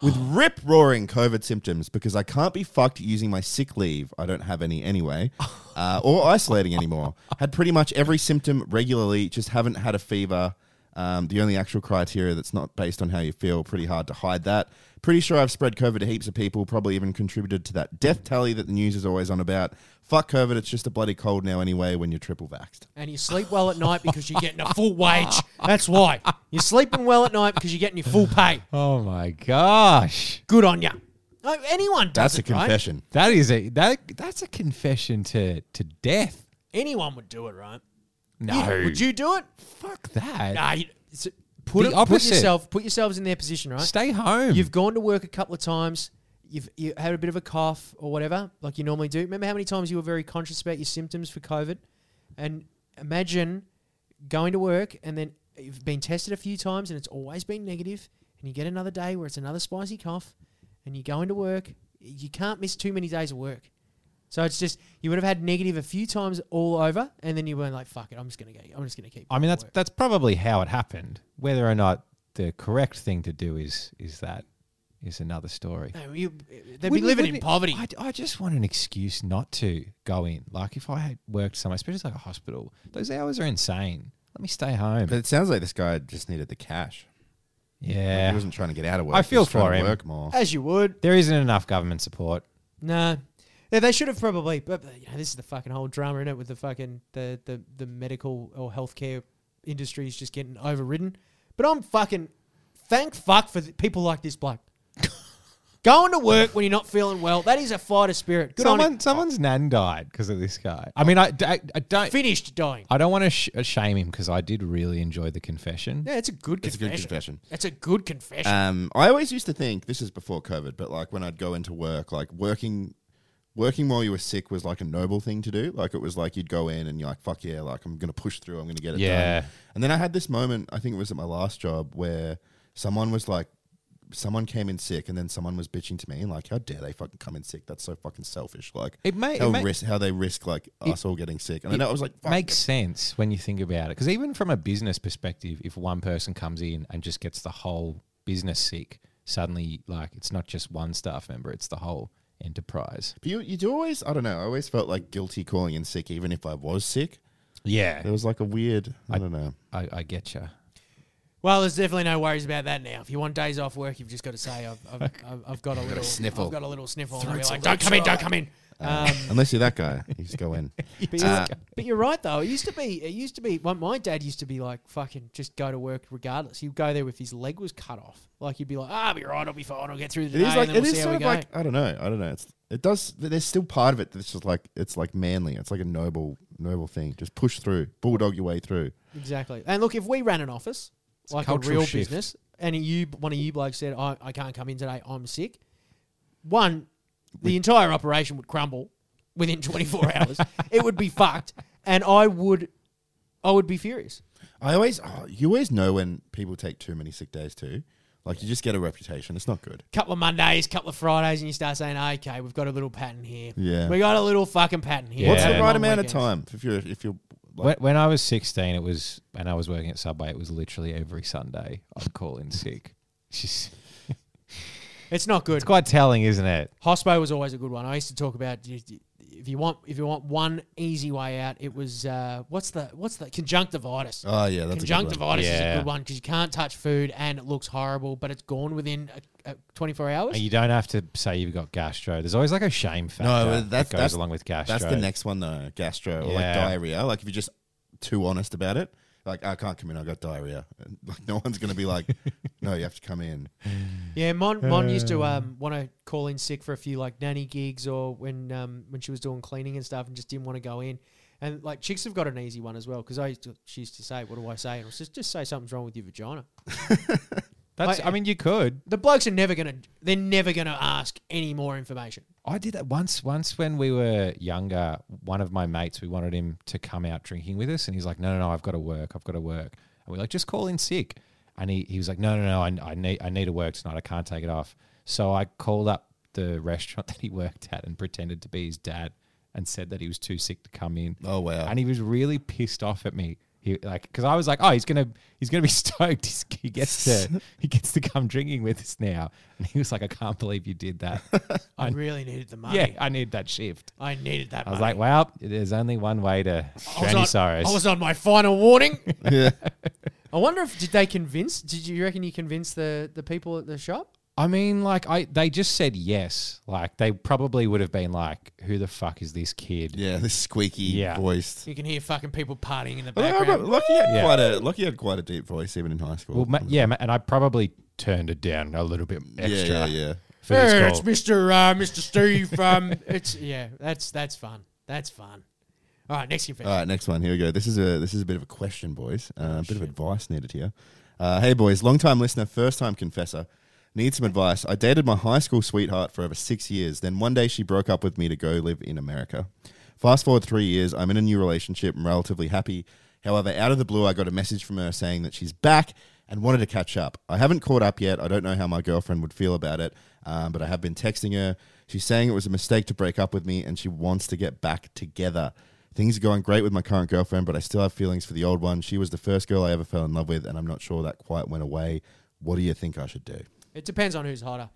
B: with rip roaring COVID symptoms because I can't be fucked using my sick leave. I don't have any anyway, uh, or isolating anymore. Had pretty much every symptom regularly, just haven't had a fever. Um, the only actual criteria that's not based on how you feel, pretty hard to hide that. Pretty sure I've spread COVID to heaps of people, probably even contributed to that death tally that the news is always on about. Fuck COVID, it's just a bloody cold now anyway when you're triple vaxxed.
A: And you sleep well at night because you're getting a full wage. That's why you're sleeping well at night because you're getting your full pay.
C: Oh my gosh,
A: Good on ya. No, anyone does
B: That's a
A: it, right?
B: confession.
C: that is a that that's a confession to to death.
A: Anyone would do it, right?
C: No,
A: You- would you do it?
C: fuck that.
A: Nah, you, it's- put,
C: The
A: it- put
C: opposite.
A: yourself put yourselves in their position, right?
C: Stay home.
A: You've gone to work a couple of times. You've you had a bit of a cough or whatever, like you normally do. Remember how many times you were very conscious about your symptoms for COVID? And imagine going to work and then you've been tested a few times and it's always been negative, and you get another day where it's another spicy cough, and you go into work. You can't miss too many days of work. So it's just you would have had negative a few times all over, and then you weren't like, "Fuck it, I'm just gonna go. I'm just gonna keep."
C: I
A: going
C: mean,
A: to
C: that's
A: work."
C: that's probably how it happened. Whether or not the correct thing to do is is that is another story.
A: No, you, they'd be
C: Wouldn't-
A: living in
C: wouldn't-
A: poverty.
C: I, I just want an excuse not to go in. Like if I had worked somewhere, especially like a hospital, those hours are insane. Let me stay home.
B: But it sounds like this guy just needed the cash. Like, he
C: yeah,
B: wasn't trying to get out of work.
C: I
B: he was
C: feel
B: trying
C: for
B: to
C: him.
B: Work more.
A: As you would.
C: there isn't enough government support.
A: Nah. Yeah, they should have probably, but but, you know, this is the fucking whole drama in it with the fucking the, the the medical or healthcare industry is just getting overridden. But I'm fucking thank fuck for th- people like this bloke. Going to work when you're not feeling well, that is a fighter spirit. Good on
C: Someone,
A: him.
C: someone's nan died because of this guy. I mean, I, I, I don't,
A: Finished dying.
C: I don't want to sh- uh, shame him because I did really enjoy the confession.
A: Yeah, it's a good
B: It's a good
A: confession.
B: confession.
A: That's a good confession.
B: Um, I always used to think this is before COVID, but like when I'd go into work, like working, working while you were sick was like a noble thing to do. Like it was like you'd go in and you're like, fuck yeah, like I'm gonna push through, I'm gonna get it
C: Yeah.
B: done. And then I had this moment, I think it was at my last job, where someone was like, someone came in sick, and then someone was bitching to me and like, how dare they fucking come in sick? That's so fucking selfish. Like
C: It may- it
B: how
C: may-
B: risk how they risk like us all getting sick. And I know I was like, fuck,
C: Makes sense when you think about it because even from a business perspective, if one person comes in and just gets the whole business sick, suddenly like it's not just one staff member; it's the whole enterprise.
B: But you, you do always, I don't know, I always felt like guilty calling in sick, even if I was sick.
C: Yeah,
B: There was like a weird, I don't know.
C: I, I get you.
A: well, there's definitely no worries about that now. If you want days off work, you've just got to say I've, I've, I've, I've got a little
B: sniffle.
A: I've got a little sniffle. And I'll be like, don't come in, don't come in. Um,
B: Unless you're that guy, you Uh, just go in.
A: But you're, but you're right though. It used to be. It used to be. Well, my dad used to be like fucking just go to work regardless. He'd go there if his leg was cut off. Like he'd be like, ah, I'll be right. I'll be fine. I'll get through the
B: It
A: day.
B: is like
A: and then
B: it
A: we'll
B: is
A: see how
B: sort
A: we
B: of
A: go.
B: like I don't know, I don't know. It's it does. There's still part of it that's just like it's like manly. It's like a noble noble thing. Just push through, bulldog your way through.
A: exactly. And look, if we ran an office,
C: a
A: like a,
C: cultural
A: real
C: shift.
A: business, and you one of you blokes said, I, I can't come in today. I'm sick. One, the entire operation would crumble within 24 hours. It would be fucked, and I would, I would be furious.
B: I always oh, you always know when people take too many sick days too. Like you just get a reputation. It's not good.
A: couple of Mondays, couple of Fridays, and you start saying, "Okay, we've got a little pattern here.
B: Yeah.
A: we got a little fucking pattern here."
C: Yeah.
B: What's the
C: And
B: right
A: Long
B: amount
A: weekends.
B: of time if you're if you're
C: When,
B: like,
C: when I was 16, it was, and I was working at Subway, it was literally every Sunday I'd call in sick. It's, just,
A: It's not good.
C: it's quite telling, isn't it?
A: Hospo was always a good one. I used to talk about you- you- if you want if you want one easy way out, it was uh, what's the what's the conjunctivitis.
B: oh yeah that's a good one.
A: conjunctivitis is a
C: Yeah.
A: good one because you can't touch food and it looks horrible, but it's gone within a, a 24 hours.
C: And Uh, you don't have to say you've got gastro. There's always like a shame factor
B: No,
C: that
B: that's-
C: goes
B: that's-
C: along with gastro.
B: That's the next one though, gastro or like
C: Yeah.
B: diarrhea. Like if you're just too honest about it, like I can't come in, I got diarrhea. And, Like no one's gonna be like, no, you have to come in.
A: Yeah, Mon Mon used to
B: Uh.
A: um, want to call in sick for a few like nanny gigs or when um, when she was doing cleaning and stuff and just didn't want to go in. And like chicks have got an easy one as well because I used to, she used to say, "What do I say?" And I was just just say something's wrong with your vagina.
C: That's,
A: I-
C: I mean, you could.
A: The blokes are never gonna they're never gonna ask any more information.
C: I did that once. Once when we were younger, one of my mates, we wanted him to come out drinking with us, and he's like, "No, no, no, I've got to work. I've got to work." And we're like, "Just call in sick." And he, he was like, "No, no, no, I, I need I need to work tonight. I can't take it off." So I called up the restaurant that he worked at and pretended to be his dad and said that he was too sick to come in.
B: Oh wow.
C: And he was really pissed off at me. He like because I was like, "Oh, he's gonna he's gonna be stoked. He's, he gets to he gets to come drinking with us now." And he was like, "I can't believe you did that."
A: I
C: I-
A: really needed the money.
C: Yeah, I need that shift.
A: I needed that.
C: I was
A: money.
C: like, well, there's only one way to
A: I
C: Granny
A: was, on, I
C: Sorrows.
A: was on my final warning.
B: yeah.
A: I wonder if did they convince? Did you reckon you convinced the the people at the shop?
C: I mean, like, I they just said yes. Like, they probably would have been like, who the fuck is this kid?
B: Yeah, this squeaky
C: Yeah.
B: voiced.
A: You can hear fucking people partying in the
B: I
A: background.
B: remember Lucky had
C: Yeah.
B: quite a Lucky had quite a deep voice even in high school.
C: Well, ma- yeah, ma- and I probably turned it down a little bit
B: yeah,
C: extra
B: yeah, yeah.
C: for this
A: Yeah,
C: call.
A: it's Mr. Uh, Mr. Steve. Um, it's yeah, that's that's fun. That's fun. All right, next
C: Uh.
A: confession.
B: All right, next one. Here we go. This is a this is a bit of a question, boys. Uh, a bit of advice needed here. Uh, hey, boys, long time listener, first time confessor. Need some advice. I dated my high school sweetheart for over six years. Then one day she broke up with me to go live in America. Fast forward three years, I'm in a new relationship and relatively happy. However, out of the blue, I got a message from her saying that she's back and wanted to catch up. I haven't caught up yet. I don't know how my girlfriend would feel about it, um, but I have been texting her. She's saying it was a mistake to break up with me and she wants to get back together. Things are going great with my current girlfriend, but I still have feelings for the old one. She was the first girl I ever fell in love with, and I'm not sure that quite went away. What do you think I should do?
A: It depends on who's hotter.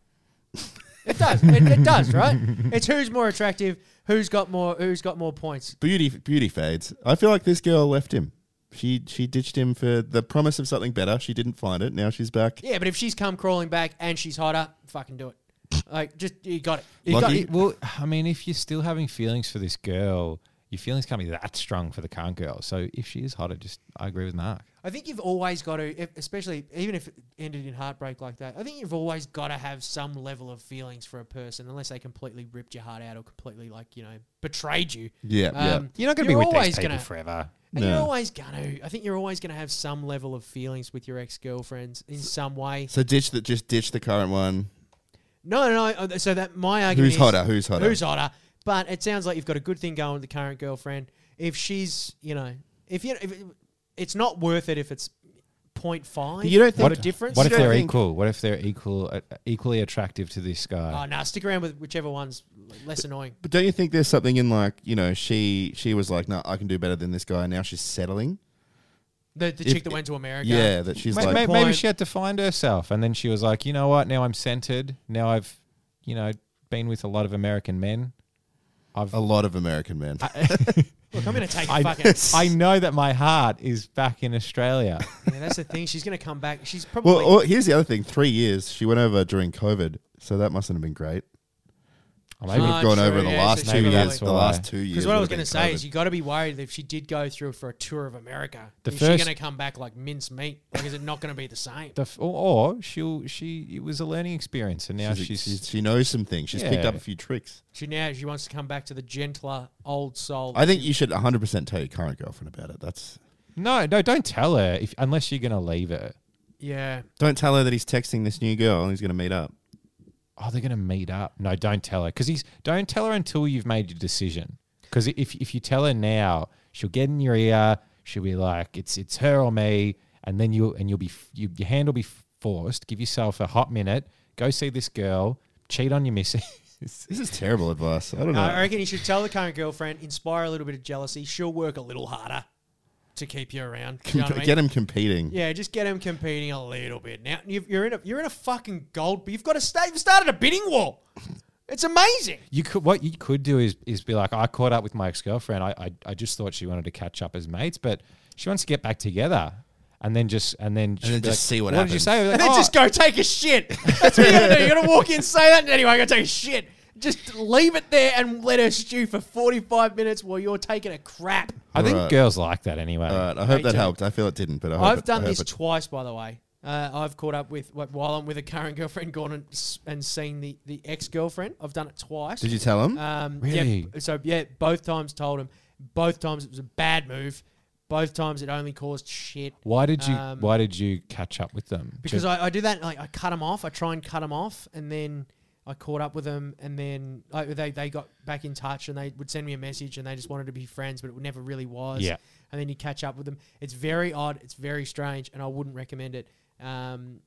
A: It does. It, it does, right? It's who's more attractive, who's got more, who's got more points.
B: Beauty beauty fades. I feel like this girl left him. She she ditched him for the promise of something better. She didn't find it. Now she's back.
A: Yeah, but if she's come crawling back and she's hotter, fucking do it. Like, just you got it. You
B: Lucky-
A: got it.
C: It- well, I mean, if you're still having feelings for this girl, your feelings can't be that strong for the current girl. So if she is hotter, just I agree with Mark.
A: I think you've always got to, if- especially even if it ended in heartbreak like that. I think you've always got to have some level of feelings for a person, unless they completely ripped your heart out or completely, like you know, betrayed you.
B: Yeah,
A: Um,
C: You're not going to be
A: You're
C: with
A: always
C: these people
A: gonna-
C: forever.
A: And you're
B: No.
A: always gonna. I think you're always gonna have some level of feelings with your ex girlfriends in some way.
B: yeah. So ditch that. Just ditch the current one.
A: No, no, no. uh, So that my argument
B: Who's
A: is
B: hotter? Who's hotter?
A: Who's hotter? But it sounds like you've got a good thing going with the current girlfriend. If she's, you know, if you, if it- it's not worth it if it's 0.5
B: You don't
A: of
B: think-
A: a difference.
C: What if
B: You don't
C: they're
B: think-
C: equal? What if they're equal, uh, equally attractive to this
A: Oh,
C: guy?
A: no, stick around with whichever one's l- less annoying.
B: But don't you think there's something in like you know she she was like no I can do better than this guy. Now she's settling.
A: The, the
B: If-
A: chick that went to America.
B: Yeah, that she's
C: May- may-
B: like
C: maybe,
A: Point.
C: she had to find herself, and then she was like, you know what? Now I'm centered. Now I've, you know, been with a lot of American men. I've
B: a lot of American men.
A: Look, I'm going to take
C: I-
A: a fucking.
C: I know that my heart is back in Australia.
A: yeah, that's the thing. She's going to come back. She's probably.
B: Well, or, here's the other thing. Three years she went over during COVID, so that mustn't have been great.
C: Or
B: She would
C: maybe
A: Ah,
B: have gone
A: true,
B: over the
A: yeah,
B: last
A: so
B: two
A: she
B: years. The
C: probably-
B: last two years.
A: Because what I
B: would
A: was
B: have
A: going to
B: been
A: say
B: COVID.
A: is you got to be worried that if she did go through for a tour of America,
C: The
A: is she
C: first-
A: going to come back like mince meat? Like, is it not going to be the same?
C: the f- or, or she'll she it was a learning experience, and now
B: She's-
C: she's,
B: she's- she knows some things. She's picked
C: Yeah.
B: up a few tricks.
A: She now she wants to come back to the gentler old soul.
B: I think you should 100 percent tell your current girlfriend about it. That's
C: no no don't tell her if unless you're gonna leave her.
A: yeah.
B: don't tell her that he's texting this new girl and he's going to meet up.
C: Oh, they're gonna meet up. No, don't tell her because he's don't tell her until you've made your decision. Because if if you tell her now, she'll get in your ear. She'll be like, it's it's her or me, and then you and you'll be f- you, your hand will be forced. Give yourself a hot minute. Go see this girl. Cheat on your missus.
B: This is terrible advice. I don't know.
A: Uh, I reckon you should tell the current girlfriend, inspire a little bit of jealousy. She'll work a little harder to keep you around. You know what I
B: Comp-
A: mean?
B: get him competing.
A: Yeah, just get him competing a little bit. Now you've, you're in a you're in a fucking gold. But you've got to stay. You've started a bidding war. It's amazing.
C: You could what you could do is is be like, I caught up with my ex girlfriend. I, I I just thought she wanted to catch up as mates, but she wants to get back together, and then just and then she'll
B: then
C: be
B: just
C: like,
B: see what
C: did you
B: happens."
C: say? Be like,
A: And then
C: "Oh,
A: just go take a shit. That's what you gotta do. You gotta walk in, say that, and anyway, I gotta take a shit. Just leave it there and let her stew for forty five minutes while you're taking a crap.
C: I think
B: Alright.
C: girls like that anyway.
B: All right. I hope
A: Hey,
B: that
A: Jake.
B: helped. I feel it didn't, but I hope
A: I've
B: it-
A: done
B: I hope
A: this
B: it-
A: twice, by the way. Uh, I've caught up with wh- while I'm with a current girlfriend, gone and, s- and seen the, the ex girlfriend. I've done it twice.
B: Did you tell him?
A: Um,
C: Really?
A: Yeah, so yeah, both times told him. Both times it was a bad move. Both times it only caused shit.
C: why did you
A: um,
C: Why did you catch up with them?
A: Because I, I do that, like I cut them off. I try and cut them off, and then I caught up with them, and then like, they they got back in touch, and they would send me a message, and they just wanted to be friends, but it never really was.
C: Yeah.
A: And then you catch up with them. It's very odd. It's very strange, and I wouldn't recommend it. Um,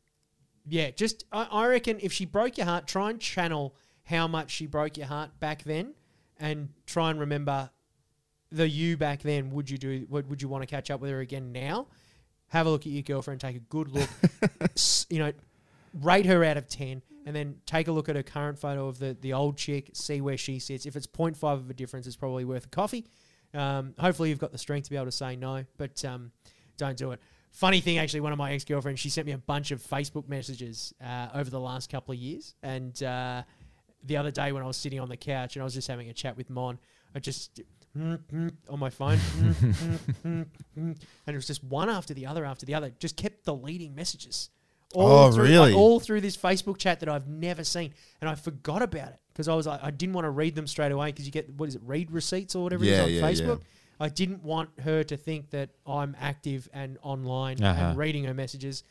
A: yeah, just I, I reckon if she broke your heart, try and channel how much she broke your heart back then, and try and remember the you back then. Would you do? Would, would you want to catch up with her again now? Have a look at your girlfriend. Take a good look. s- you know, rate her out of ten, and then take a look at her current photo of the the old chick. See where she sits. If it's 0.5 of a difference, it's probably worth a coffee. Um, hopefully, you've got the strength to be able to say no, but um, don't do it. Funny thing, actually, one of my ex girlfriends, she sent me a bunch of Facebook messages uh, over the last couple of years. And uh, the other day when I was sitting on the couch and I was just having a chat with Mon, I just on my phone, and it was just one after the other after the other, just kept deleting messages.
B: Oh,
A: through, like,
B: really?
A: all through this Facebook chat that I've never seen, and I forgot about it because I was like, I didn't want to read them straight away because you get what is it, read receipts or whatever
B: Yeah,
A: it is on
B: yeah, yeah.
A: Facebook. I didn't want her to think that I'm active and online
C: Uh-huh.
A: and reading her messages.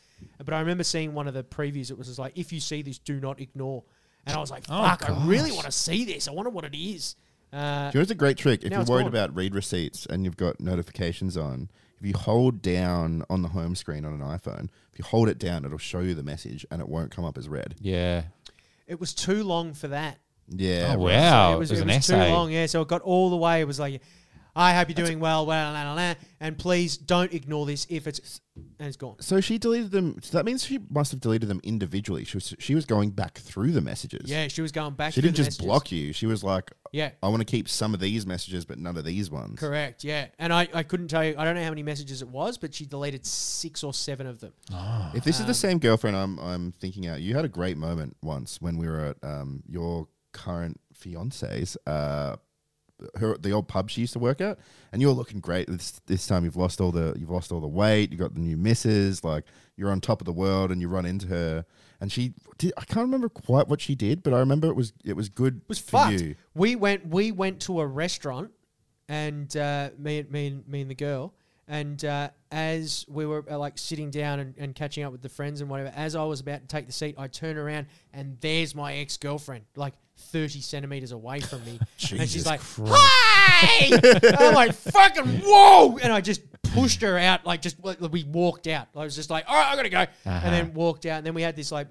A: But I remember seeing one of the previews. It was just like, if you see this, do not ignore. And I was like,
C: Oh,
A: fuck, I really
C: gosh.
A: want to see this. I wonder what it is. Uh,
B: Do you know it's a great trick? If
A: Now
B: you're
A: it's
B: worried
A: gone.
B: about read receipts and you've got notifications on, if you hold down on the home screen on an iPhone, if you hold it down, it'll show you the message and it won't come up as red.
C: yeah.
A: it was too long for that.
B: Yeah.
C: oh
B: right.
C: wow,
A: So
C: it was, an
A: too
C: essay.
A: long. Yeah, so it got all the way. It was like, I hope you're doing well. Well, la, la, la, and please don't ignore this if it's and it's gone.
B: So she deleted them. So that means she must have deleted them individually. She was she was going back through the messages.
A: Yeah, she was going back.
B: She
A: through
B: didn't
A: the
B: just
A: messages.
B: block you. She was like,
A: Yeah,
B: I want to keep some of these messages, but none of these ones.
A: correct. Yeah, and I, I couldn't tell you. I don't know how many messages it was, but she deleted six or seven of them.
B: If this is
A: Um,
B: the same girlfriend I'm I'm thinking out, you had a great moment once when we were at um, your current fiance's uh, her the old pub she used to work at, and you're looking great. This this time you've lost all the you've lost all the weight. You got the new misses. Like you're on top of the world, and you run into her, and she did, I can't remember quite what she did, but I remember it was it was good.
A: It was
B: for
A: fucked.
B: you.
A: We went we went to a restaurant, and uh, me and me and me and the girl, and uh, as we were uh, like sitting down and, and catching up with the friends and whatever, as I was about to take the seat, I turn around and there's my ex girlfriend, like thirty centimeters away from me, and she's
B: Jesus
A: like, "Hi!" And I'm like, "Fucking whoa!" And I just pushed her out, like just like, we walked out. I was just like, "All right, I gotta go,"
B: Uh-huh.
A: and then walked out, and then we had this like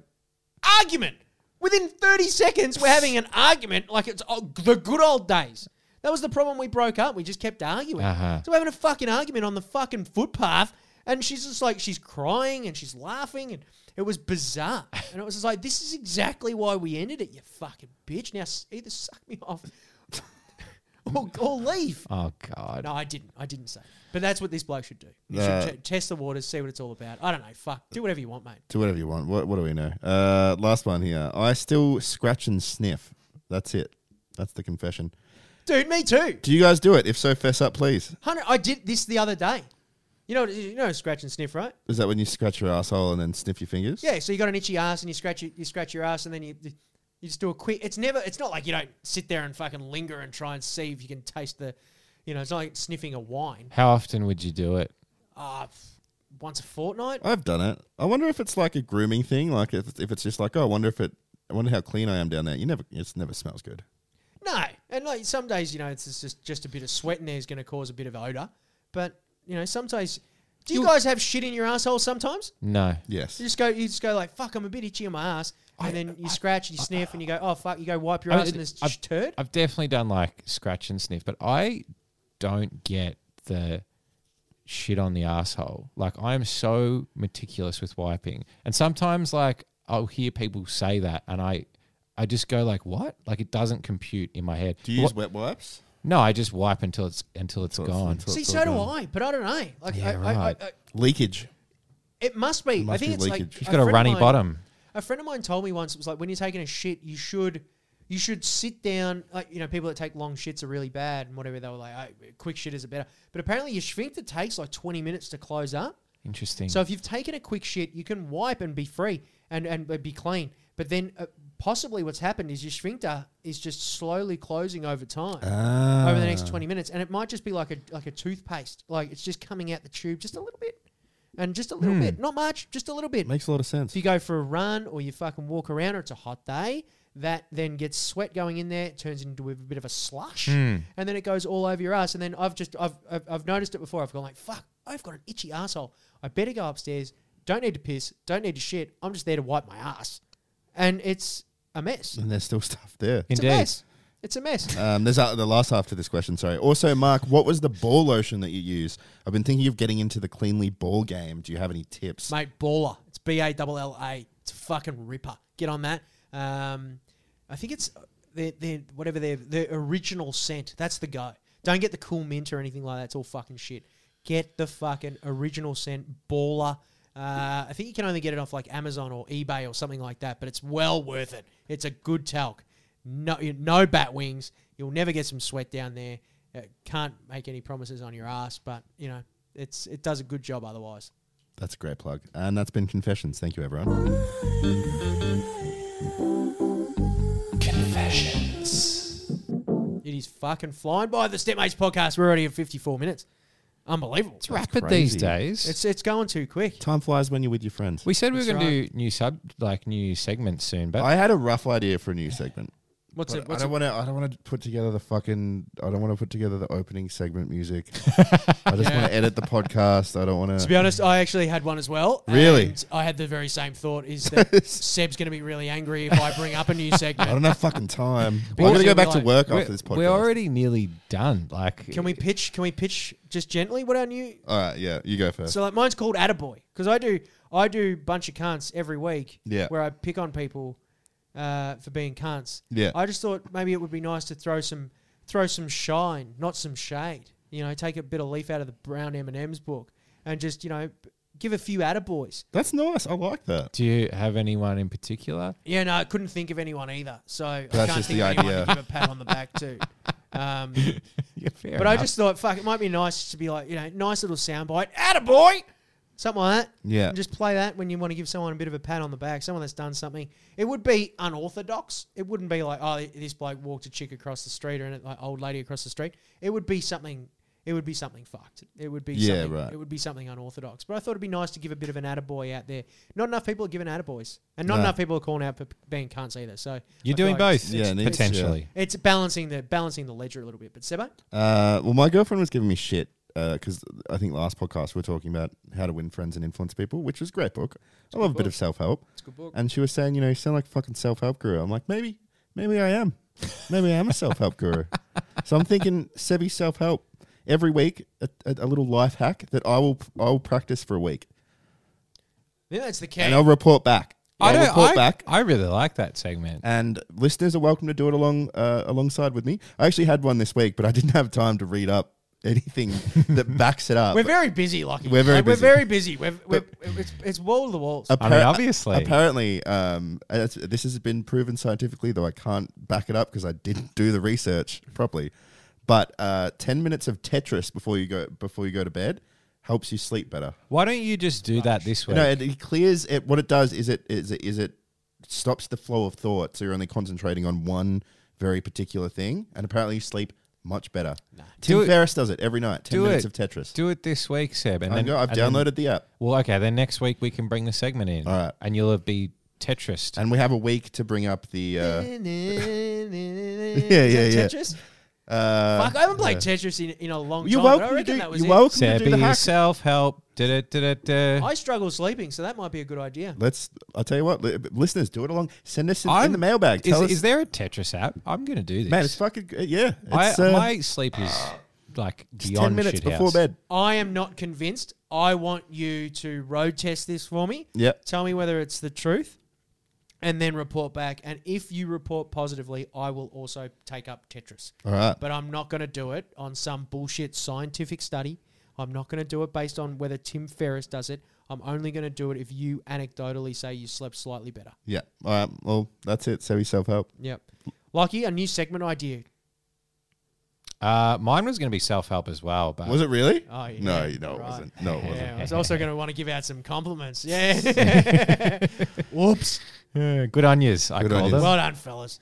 A: argument. Within 30 seconds, we're having an argument like it's oh, the good old days. That was the problem. We broke up. We just kept arguing.
C: Uh-huh.
A: So we're having a fucking argument on the fucking footpath, and she's just like, she's crying and she's laughing, and it was bizarre. And it was just like, this is exactly why we ended it, you fucking bitch. Now s- either suck me off or, or leave.
C: Oh God.
A: No, I didn't. I didn't say. But that's what this bloke should do. You
B: Nah.
A: should t- test the waters, see what it's all about. I don't know. Fuck. Do whatever you want, mate.
B: Do whatever you want. What what do we know? Uh, last one here. I still scratch and sniff. That's it. That's the confession.
A: Dude, me too.
B: Do you guys do it? If so, fess up, please.
A: Hunter, I did this the other day. You know, you know, scratch and sniff, right?
B: Is that when you scratch your asshole and then sniff your fingers?
A: Yeah. So you got an itchy ass, and you scratch your, you scratch your ass, and then you you just do a quick. It's never. It's not like you don't sit there and fucking linger and try and see if you can taste the. You know, it's not like sniffing a wine.
C: How often would you do it?
A: Ah, f- once a fortnight.
B: I've done it. I wonder if it's like a grooming thing. Like if, if it's just like, oh, I wonder if it. I wonder how clean I am down there. You never. It never smells good.
A: No, and like some days, you know, it's it's just just a bit of sweat in there is going to cause a bit of odor. But you know, sometimes. Do you guys have shit in your asshole sometimes?
C: No.
B: Yes.
A: You just go, you just go like, fuck, I'm a bit itchy on my ass, and then you scratch, and you sniff, and you go, oh fuck, you go wipe your
C: I-
A: ass, and it's
C: I-
A: just turd.
C: I've definitely done like scratch and sniff, but I don't get the shit on the asshole. Like I am so meticulous with wiping, and sometimes like I'll hear people say that, and I, I just go like, what? Like it doesn't compute in my head.
B: Do you use
C: Wh-
B: wet wipes?
C: no, I just wipe until it's until it's gone.
B: until-
A: See,
B: it's
A: so
B: all
A: do
B: gone.
A: I, but I don't know. Like,
C: Yeah,
A: I,
C: right.
A: I, I, I,
B: Leakage.
A: it must be. I
B: must
A: think
B: be
A: it's like
B: leakage.
A: a
B: She's
C: it's got a
A: friend of
C: runny
A: mine-
C: bottom.
A: A friend of mine told me once it was like when you're taking a shit, you should, you should sit down. Like you know, people that take long shits are really bad and whatever. They were like, oh, quick shitters are better. But apparently, your sphincter takes like 20 minutes to close up.
C: Interesting.
A: So if you've taken a quick shit, you can wipe and be free and and uh, be clean. But then uh, possibly what's happened is your sphincter is just slowly closing over time.
B: Ah.
A: Over the next twenty minutes, and it might just be like a like a toothpaste, like it's just coming out the tube just a little bit, and just a little bit, not much, just a little bit.
B: Makes a lot of sense.
A: If you go for a run or you fucking walk around or it's a hot day, that then gets sweat going in there. It turns into a bit of a slush and then it goes all over your ass. And then I've just, I've, I've, I've noticed it before. I've gone like, fuck, I've got an itchy asshole. I better go upstairs. Don't need to piss. Don't need to shit. I'm just there to wipe my ass. And it's a mess.
B: And there's still stuff there.
A: It's a
C: Indeed.
A: mess. It's a mess.
B: Um, there's uh, the last half to this question. Sorry. Also, Mark, what was the ball lotion that you use? I've been thinking of getting into the cleanly ball game. Do you have any tips?
A: Mate, baller. It's B A L L A. It's a fucking ripper. Get on that. Um, I think it's their, their, whatever their, their original scent. That's the go. Don't get the cool mint or anything like that. It's all fucking shit. Get the fucking original scent, baller. Uh, I think you can only get it off like Amazon or eBay or something like that, but it's well worth it. It's a good talc. No, no bat wings. You'll never get some sweat down there. Uh, can't make any promises on your ass, but you know it's it does a good job otherwise.
B: That's a great plug. And that's been Confessions. Thank you, everyone.
A: It is fucking flying by the Stepmates podcast. We're already at 54 minutes. Unbelievable. It's
C: rapid these
B: crazy.
C: days.
A: It's, it's going too quick.
B: Time flies when you're with your friends.
C: we said we were
A: That's
C: going to do new sub like new segments soon, but
B: I had a rough idea for a new segment,
A: What's
B: But
A: it? What's
B: I
A: it?
B: don't want to. I don't want to put together the fucking. I don't want to put together the opening segment music. I just want to edit the podcast. I don't want
A: To be honest, I actually had one as well.
B: Really?
A: and I had the very same thought: is that Seb's going to be really angry if I bring up a new
B: I
A: segment.
B: don't have fucking time.
A: Well,
B: I'm gonna
A: so
B: go back to
A: like-
B: work
C: we're,
B: after this podcast.
C: we're already nearly done. Like,
A: Can we pitch? Can we pitch just gently what our new?
B: All right. Yeah, you go first.
A: So like mine's called Attaboy because I do I do bunch of cunts every week.
B: Yeah.
A: where I pick on people uh, for being cunts.
B: Yeah.
A: I just thought maybe it would be nice to throw some throw some shine, not some shade. You know, take a bit of leaf out of the Brown M and M's book and just you know give a few Attaboys.
B: That's nice. I like that.
C: Do you have anyone in particular?
A: Yeah, no, I couldn't think of anyone either. So I
B: That's
A: can't
B: just
A: think
B: the
A: of anyone
B: idea.
A: to give a pat on the back to. Um,
C: Yeah, fair
A: but I just thought, fuck, it might be nice to be like, you know, nice little soundbite, attaboy, something like that.
B: Yeah.
A: And just play that when you want to give someone a bit of a pat on the back, someone that's done something. It would be unorthodox. It wouldn't be like, oh, this bloke walked a chick across the street or an like, old lady across the street. It would be something. It would be something fucked. It would be
B: Yeah,
A: something,
B: right.
A: It would be something unorthodox. But I thought it'd be nice to give a bit of an attaboy out there. Not enough people are giving attaboys, and not
B: No.
A: enough people are calling out for being cunts either. So
C: You're
A: I feel
C: doing
A: like
C: both,
A: it's-
B: Yeah,
A: it's-
B: and
A: it's-
C: potentially.
A: It's balancing the balancing the ledger a little bit. But Sebo,
B: Uh, well, my girlfriend was giving me shit because I think last podcast we were talking about how to win friends and influence people, which was a great book. I love a bit of self help.
A: it's a good book.
B: And she was saying, you know, you sound like a fucking self help guru. I'm like, maybe, maybe I am. Maybe I am a self help guru. So I'm thinking, Sebi self help every week, a, a, a little life hack that I will I will practice for a week,
A: Yeah, that's the key.
B: and I'll report back.
C: I
B: I'll
C: don't.
B: report
C: I,
B: back.
C: I really like that segment.
B: And listeners are welcome to do it along uh, alongside with me. I actually had one this week, but I didn't have time to read up anything that backs it up.
A: We're very busy, Lucky.
B: We're very
A: Like,
B: busy.
A: We're very busy. We're, we're, it's, it's wall to the walls.
C: I mean, obviously.
B: Apparently, um, that's- this has been proven scientifically, though I can't back it up because I didn't do the research properly. But uh, ten minutes of Tetris before you go before you go to bed helps you sleep better.
C: Why don't you just do that this
B: You
C: way?
B: know, it, it clears it. What it does is it is it is it stops the flow of thought, so you're only concentrating on one very particular thing, and apparently you sleep much better. Tim
C: Do it-
B: Ferriss does it every night. Ten
C: Do
B: minutes
C: it.
B: of Tetris.
C: do it this week, Seb. And
B: I
C: then,
B: go, I've
C: and then-
B: downloaded the app,
C: well, okay. Then next week we can bring the segment in,
B: All right.
C: and you'll have be Tetris.
B: and we have a week to bring up the. Uh,
A: yeah,
B: yeah, yeah.
A: Tetris.
B: uh,
A: Fuck, I haven't played Tetris in, in a long
B: You're
A: time. but I
B: welcome to
A: reckon
B: do.
A: that was
B: You're
A: it.
B: welcome to do the
C: Sebby
B: hack.
C: self help. Did it? Did it?
A: I struggle sleeping, so that might be a good idea.
B: Let's. I'll tell you what, li- listeners, do it along. Send us in, in
C: I'm-
B: the mailbag.
C: Is,
B: Tell us,
C: is there a Tetris app? I'm going to do this.
B: man, it's fucking uh, yeah.
C: I,
B: It's, uh,
C: my sleep is like
B: it's
C: beyond
B: ten minutes
C: shithouse.
B: before bed.
A: I am not convinced. I want you to road test this for me.
B: Yep.
A: Tell me whether it's the truth, and then report back. And if you report positively, I will also take up Tetris.
B: All right.
A: but I'm not going to do it on some bullshit scientific study. I'm not going to do it based on whether Tim Ferriss does it. I'm only going to do it if you anecdotally say you slept slightly better.
B: Yeah. All right. Well, that's it. Sebi self help.
A: Yep. Lucky, a new segment idea.
C: Uh, mine was going to be self help as well, but
B: Uh, Was it really?
A: Oh, yeah.
B: no, you- no, it
A: Right.
B: wasn't. No, it wasn't.
A: Yeah, I was also going to want to give out some compliments. Yeah. Whoops.
C: Uh, good on yous. I
B: Good on
C: call
B: yous.
C: them.
A: Well done, fellas.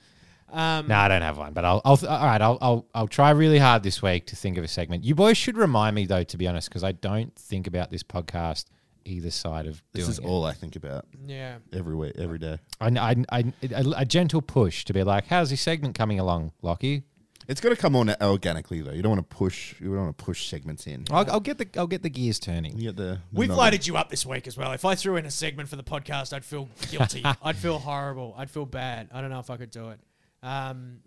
A: Um,
C: No, I don't have one, but I'll, I'll all right. I'll, I'll I'll try really hard this week to think of a segment. You boys should remind me though, to be honest, because I don't think about this podcast either side of
B: This
C: doing
B: is
C: it.
B: all I think about
A: Yeah.
B: every week, every day.
C: I, I, I- a- a gentle push to be like, how's this segment coming along, Lockie?
B: It's got to come on organically though. You don't want to push. You don't want to push segments in.
C: I'll, I'll get the I'll get the gears turning.
B: You get the. the
A: We've
B: nod.
A: loaded you up this week as well. If I threw in a segment for the podcast, I'd feel guilty. I'd feel horrible. I'd feel bad. I don't know if I could do it. Um,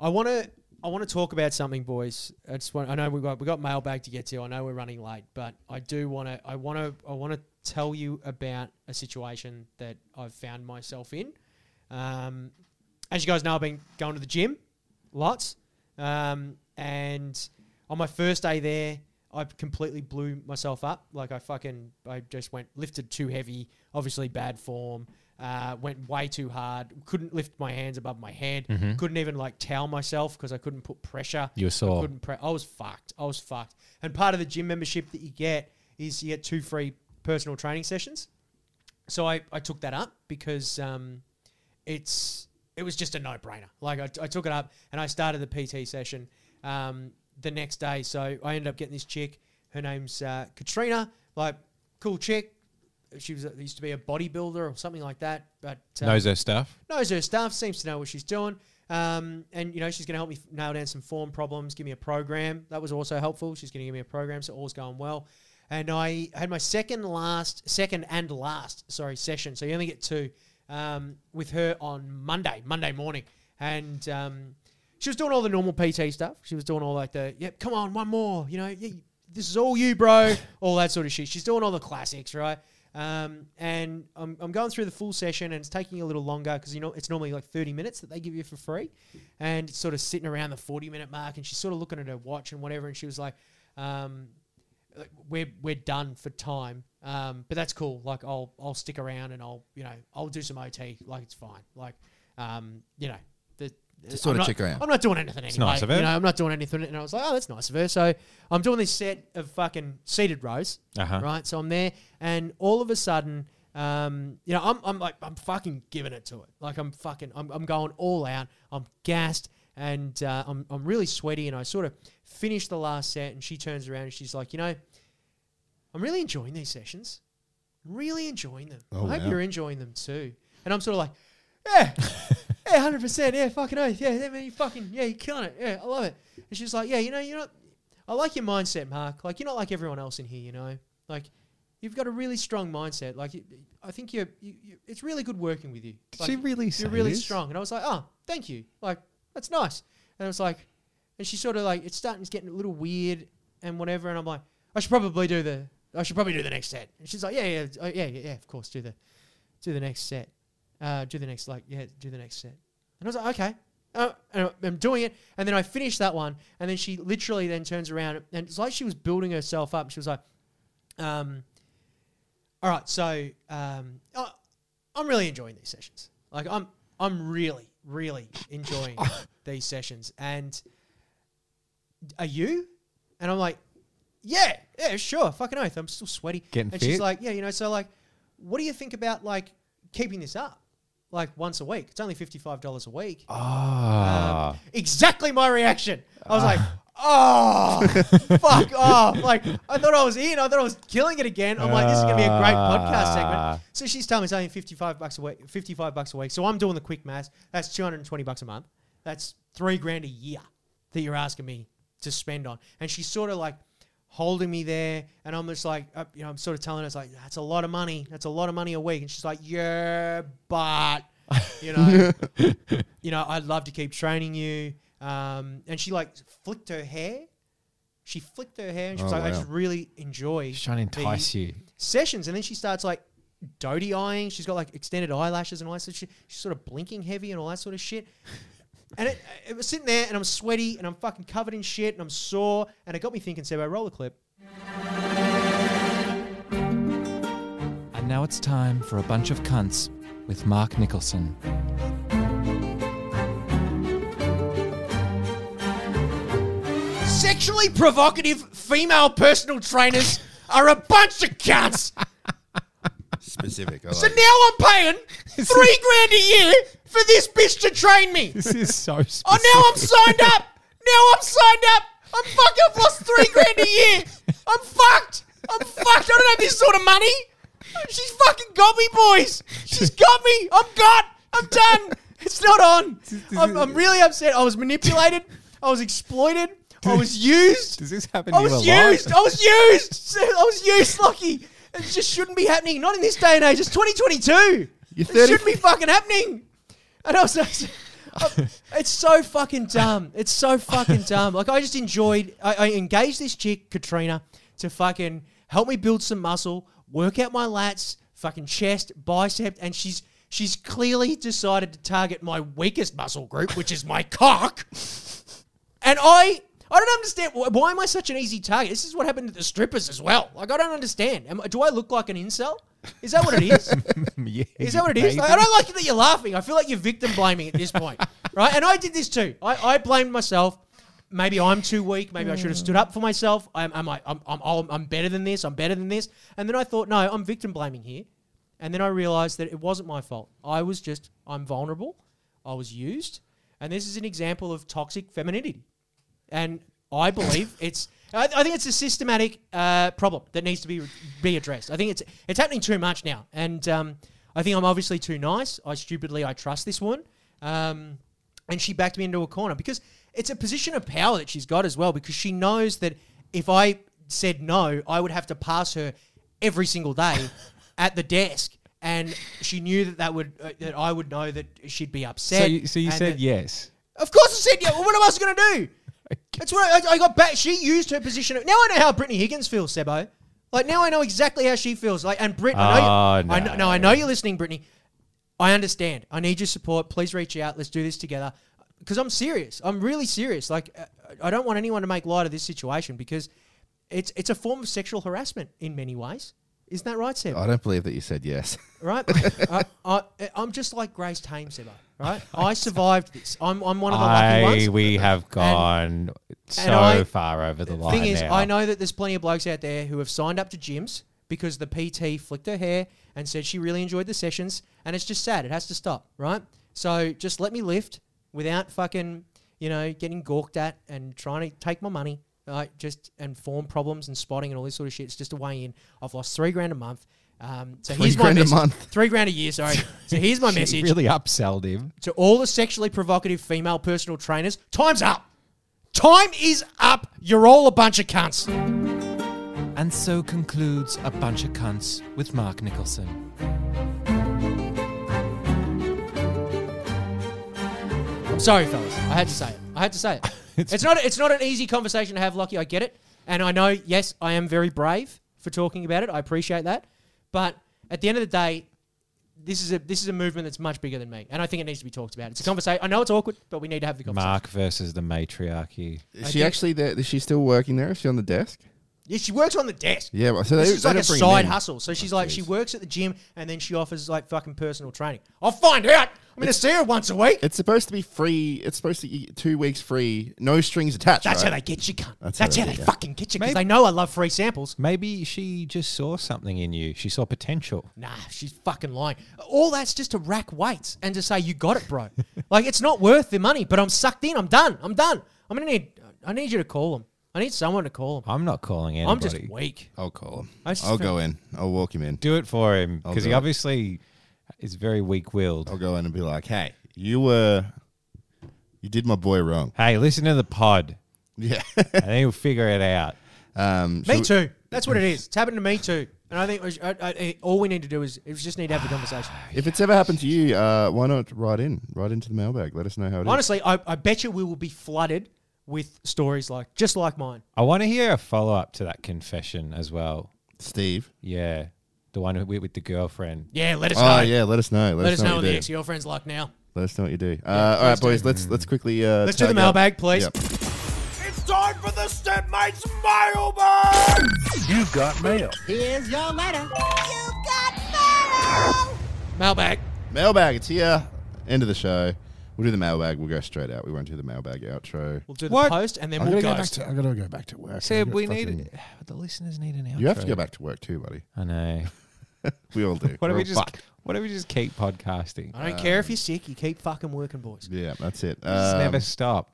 A: I want to. I want to talk about something, boys. I just want. I know we got we got mailbag to get to. I know we're running late, but I do want to. I want to. I want to tell you about a situation that I've found myself in. Um, as you guys know, I've been going to the gym lots. Um, and on my first day there, I completely blew myself up. Like I fucking, I just went lifted too heavy. Obviously bad form. Uh, went way too hard. Couldn't lift my hands above my head. Couldn't even like towel myself because I couldn't put pressure.
C: You were
A: I
C: sore.
A: couldn't pre- I was fucked. I was fucked. And part of the gym membership that you get is you get two free personal training sessions. So I, I took that up because um, it's it was just a no brainer. Like I, I took it up and I started the PT session um, the next day. So I ended up getting this chick. Her name's uh, Katrina. Like cool chick. She was used to be a bodybuilder or something like that. But uh,
C: Knows her stuff.
A: knows her stuff, seems to know what she's doing. Um, and you know she's going to help me f- nail down some form problems, give me a program. That was also helpful. She's going to give me a program, so all's going well. And I had my second last, second and last, sorry, session. So you only get two um, with her on Monday, Monday morning, and um, she was doing all the normal PT stuff. She was doing all like the, yep, come on, one more. You know, yeah, this is all you, bro. All that sort of shit. She's doing all the classics, right? Um, and I'm, I'm going through the full session, and it's taking a little longer because you know it's normally like 30 minutes that they give you for free, and it's sort of sitting around the 40 minute mark. And she's sort of looking at her watch and whatever, and she was like, um, like, "We're we're done for time." Um, but that's cool. Like I'll I'll stick around and I'll you know I'll do some OT. Like it's fine. Like um, you know the
B: Just
A: I'm
B: sort of
A: not-
B: check her out.
A: I'm not doing anything anyway.
C: It's nice of her.
A: You know, I'm not doing anything. And I was like, oh, that's nice of her. So I'm doing this set of fucking seated rows,
C: Uh-huh.
A: right? So I'm there, and all of a sudden, um, you know, I'm, I'm like, I'm fucking giving it to it. Like I'm fucking, I'm, I'm going all out. I'm gassed, and uh, I'm, I'm really sweaty. And I sort of finish the last set, and she turns around and she's like, you know, I'm really enjoying these sessions. Really enjoying them.
D: Oh,
A: I hope
D: wow.
A: you're enjoying them too. And I'm sort of like, yeah, yeah, hundred percent, yeah, fucking oath, yeah, I mean, you fucking, yeah, you're killing it, yeah, I love it. And she's like, yeah, you know, you're not, I like your mindset, Mark. Like you're not like everyone else in here, you know. Like you've got a really strong mindset. Like you, I think you're, you, you, it's really good working with you.
C: Did
A: Like,
C: she really say
A: you're really
C: this?
A: strong. And I was like, oh, thank you. Like, that's nice. And I was like, and she sort of like, it's starting, it's getting a little weird and whatever. And I'm like, I should probably do the, I should probably do the next set. And she's like, yeah, yeah, oh, yeah, yeah, yeah, of course, do the, do the next set. Uh, do the next, like, yeah, do the next set. And I was like, okay. Uh, and I- I'm doing it. And then I finished that one. And then she literally then turns around and it's like she was building herself up. She was like, um, all right, so um, I, I'm really enjoying these sessions. Like I'm, I'm really, really enjoying these sessions. And are you? And I'm like, yeah, yeah, sure, fucking oath. I'm still sweaty.
C: Getting
A: and
C: fit?
A: she's like, yeah, you know. So like, what do you think about like keeping this up, like once a week? It's only fifty five dollars a week.
B: Um,
C: Ah.
A: Um, exactly my reaction. I was like, oh, fuck off. Like, I thought I was in. I thought I was killing it again. I'm like, this is going to be a great podcast segment.
C: Ah.
A: So she's telling me it's only 55 bucks a week, 55 bucks a week. So I'm doing the quick math. That's 220 bucks a month. That's three grand a year that you're asking me to spend on. And she's sort of like holding me there. And I'm just like, uh, you know, I'm sort of telling her, it's like, that's a lot of money. That's a lot of money a week. And she's like, yeah, but, you know, you know, I'd love to keep training you. Um, and she like flicked her hair. She flicked her hair and she was
D: Oh,
A: like, I
D: wow.
A: just really enjoy
C: She's trying to entice
A: the
C: you.
A: sessions. And then she starts like doty eyeing. She's got like extended eyelashes and all that sort of shit. She's sort of blinking heavy and all that sort of shit. And it, it was sitting there and I'm sweaty and I'm fucking covered in shit and I'm sore. And it got me thinking, Sebo, roll a clip.
C: And now it's time for a bunch of cunts with Mark Nicholson.
A: Sexually provocative female personal trainers are a bunch of cunts.
B: Specific. I
A: So
B: like
A: now I'm paying three grand a year for this bitch to train me.
C: This is so specific.
A: Oh, now I'm signed up. Now I'm signed up. I'm fucking I've lost three grand a year. I'm fucked. I'm fucked. I don't have this sort of money. She's fucking got me, boys. She's got me. I'm got. I'm done. It's not on. I'm, I'm really upset. I was manipulated. I was exploited. I was used.
C: Does this happen
A: I
C: to you a
A: was
C: lot?
A: used. I was used. I was used, Lucky. It just shouldn't be happening. Not in this day and age. It's 2022.
B: You're
A: It
B: 30
A: shouldn't be fucking happening. And I was it's so fucking dumb. It's so fucking dumb. Like I just enjoyed. I, I engaged this chick Katrina to fucking help me build some muscle, work out my lats, fucking chest, bicep, and she's she's clearly decided to target my weakest muscle group, which is my cock. And I I don't understand wh- why am I such an easy target? This is what happened to the strippers as well. Like I don't understand. Am, I- do I look like an incel? Is that what it is?
C: yeah,
A: Is that what it is? Like, I don't like it that you're laughing. I feel like you're victim blaming at this point, right? And I did this too. I, I blamed myself. Maybe I'm too weak. Maybe I should have stood up for myself. I'm, I'm, like, I'm, I'm, I'm, I'm better than this. I'm better than this. And then I thought, no, I'm victim blaming here. And then I realized that it wasn't my fault. I was just, I'm vulnerable. I was used. And this is an example of toxic femininity. And I believe it's. I, I think it's a systematic uh, problem that needs to be be addressed. I think it's it's happening too much now, and um, I think I'm obviously too nice. I stupidly I trust this one, um, and she backed me into a corner because it's a position of power that she's got as well because she knows that if I said no, I would have to pass her every single day at the desk. And she knew that that would uh, that I would know that she'd be upset.
C: So you, so you
A: and
C: said
A: that-
C: yes.
A: Of course, I said yeah. Well, what am I else going to do? That's what I, I got back. She used her position. Now I know how Brittany Higgins feels, Sebo. Like now I know exactly how she feels. Like and Brit, I know, you,
C: Oh,
A: I know, no, I know you're listening, Brittany. I understand. I need your support. Please reach out. Let's do this together. Because I'm serious. I'm really serious. Like uh, I don't want anyone to make light of this situation because it's it's a form of sexual harassment in many ways. Isn't that right, Seb?
B: I don't believe that you said yes.
A: right? I, I, I'm just like Grace Tame, Sebo. Right? I survived this. I'm I'm one of the lucky ones.
C: I, we have gone so
A: I-
C: far over the line
A: thing is,
C: now.
A: I know that there's plenty of blokes out there who have signed up to gyms because the PT flicked her hair and said she really enjoyed the sessions, and it's just sad. It has to stop, right? So just let me lift without fucking, you know, getting gawked at and trying to take my money, like just and form problems and spotting and all this sort of shit. It's just a way in. I've lost three grand a month. Um, so
B: Three
A: here's
B: grand
A: my
B: a
A: mes-
B: month.
A: Three grand a year, sorry. so here's my
C: She
A: message
C: really upselled him.
A: to all the sexually provocative female personal trainers, time's up. Time is up. You're all a bunch of cunts.
C: And so concludes A Bunch of Cunts with Mark Nicholson.
A: I'm sorry, fellas. I had to say it. I had to say it. it's, not. It's not an easy conversation to have, Lockie. I get it, and I know. Yes, I am very brave for talking about it. I appreciate that, but at the end of the day, this is a this is a movement that's much bigger than me, and I think it needs to be talked about. It's a conversation. I know it's awkward, but we need to have the conversation.
C: Mark versus the matriarchy.
B: Is
A: I
B: she
A: did-
B: actually there? Is she still working there? Is she on the desk?
A: Yeah, she works on the desk.
B: Yeah, well, so they,
A: This
B: they
A: is like
B: don't
A: a
B: bring
A: side
B: men.
A: hustle. So she's like, she works at the gym and then she offers like fucking personal training. I'll find out. I'm going to see her once a week.
B: It's supposed to be free. It's supposed to be two weeks free, no strings attached.
A: That's
B: right?
A: how they get you, cunt. That's,
B: That's how
A: how
B: they
A: they
B: get you.
A: fucking get you because
C: Maybe-
A: they know I love free samples.
C: Maybe she just saw something in you. She saw potential.
A: Nah, she's fucking lying. All that's just to rack weights and to say you got it, bro. like it's not worth the money, but I'm sucked in. I'm done. I'm done. I'm gonna need. I need you to call them. I need someone to call them.
C: I'm not calling
A: I'm just
C: anybody.
A: weak.
B: I'll call him.
A: I just
B: I'll
A: feel-
B: go in. I'll walk him in.
C: Do it for him
B: I'll
C: because
B: do
C: he
B: it.
C: obviously is very weak-willed.
B: I'll go in and be like, "Hey, you were, you did my boy wrong."
C: Hey, listen to the pod,
B: Yeah.
C: and then he'll figure it out.
B: um,
A: Me
B: should
A: too. That's what it is. It's happened to me too. And I think we should- I, I, I- all we need to do is we just need to have the conversation.
B: we- If it's ever happened to you, uh, why not write in? Write into the mailbag. Let us know how it is.
A: Honestly, I, I bet you we will be flooded with stories like just like mine.
C: I want to hear a follow-up to that confession as well.
B: Steve.
C: Yeah, the one with, with the girlfriend.
A: Yeah, let us
B: Oh
A: know.
B: yeah, let us know. Let,
A: Let us know
B: what
A: when
B: you
A: the
B: do.
A: ex girlfriend's like now.
B: Let us know what you do. Uh, all right,
A: let's do
B: boys. Let's let's quickly. Uh,
A: Let's do the
B: tag up.
A: mailbag, please.
B: Yep.
E: It's time for the Stepmates Mailbag! You've got mail.
F: Here's your letter. You got mail!
A: Mailbag.
B: Mailbag. It's here. End of the show. We'll do the mailbag. We'll go straight out. We won't do the mailbag outro.
A: We'll do the
C: What?
A: post and then
D: I
A: we'll
D: gotta go
A: go.
D: back to. I gotta go back to work.
C: Seb,
D: I
C: we
D: gotta
C: need
D: fucking-
C: the listeners need an outro.
B: You have to go back to work too, buddy.
C: I know.
B: We all do.
C: What if
B: We're
C: we
B: all
C: just
B: fucked.
C: What if we just keep podcasting?
B: Um,
A: I don't care if you're sick, you keep fucking working, boys.
B: Yeah, that's it.
C: Just
B: Um,
C: never stop.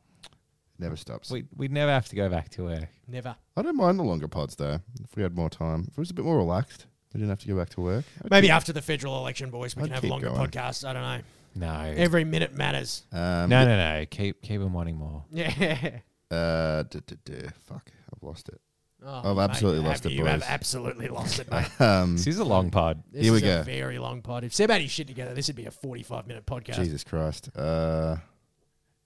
B: never stops.
C: We we never have to go back to work.
A: Never.
B: I don't mind the longer pods though. If we had more time, if it was a bit more relaxed, we didn't have to go back to work.
A: Maybe after the federal election, boys, we
B: I'd
A: can have
B: keep
A: longer
B: going.
A: podcasts. I don't know.
C: No.
A: Every minute matters.
B: Um,
C: no, no, no. Keep keep them wanting more.
A: Yeah.
B: Uh, duh, duh, duh. Fuck, I've lost it.
A: Oh,
B: I've absolutely
A: mate,
B: lost
A: have-
B: it,
A: You have
B: boys.
A: absolutely lost it, mate.
B: Um,
C: This is a long pod.
A: This
B: Here we
A: is a
B: go.
A: very long pod. If Seb had his shit together, this would be a 45 minute podcast.
B: Jesus Christ. Uh,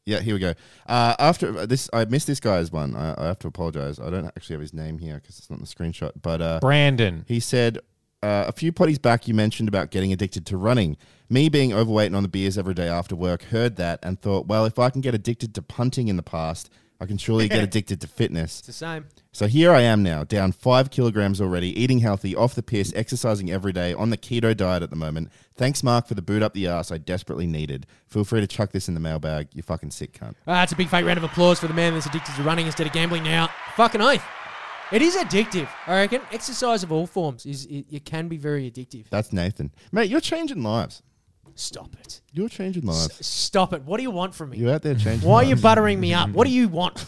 B: yeah, here we go. Uh, after this, I missed this guy's one. I, I have to apologize. I don't actually have his name here because it's not in the screenshot. But uh,
C: Brandon.
B: He said, uh, a few potties back, you mentioned about getting addicted to running. Me being overweight and on the beers every day after work heard that and thought, well, if I can get addicted to punting in the past, I can surely get addicted to
A: It's
B: fitness.
A: the same.
B: So here I am now, down five kilograms already, eating healthy, off the piss, exercising every day, on the keto diet at the moment. Thanks, Mark, for the boot up the ass I desperately needed. Feel free to chuck this in the mailbag. You fucking sick cunt.
A: Ah, it's a big fake round of applause for the man that's addicted to running instead of gambling now. Fucking oath. It is addictive, I reckon. Exercise of all forms is it, it can be very addictive.
B: That's Nathan. Mate, you're changing lives.
A: Stop it.
B: You're changing lives.
A: Stop it. What do you want from me?
B: You're out there changing
A: Why are
B: lives.
A: you buttering me up? What do you want?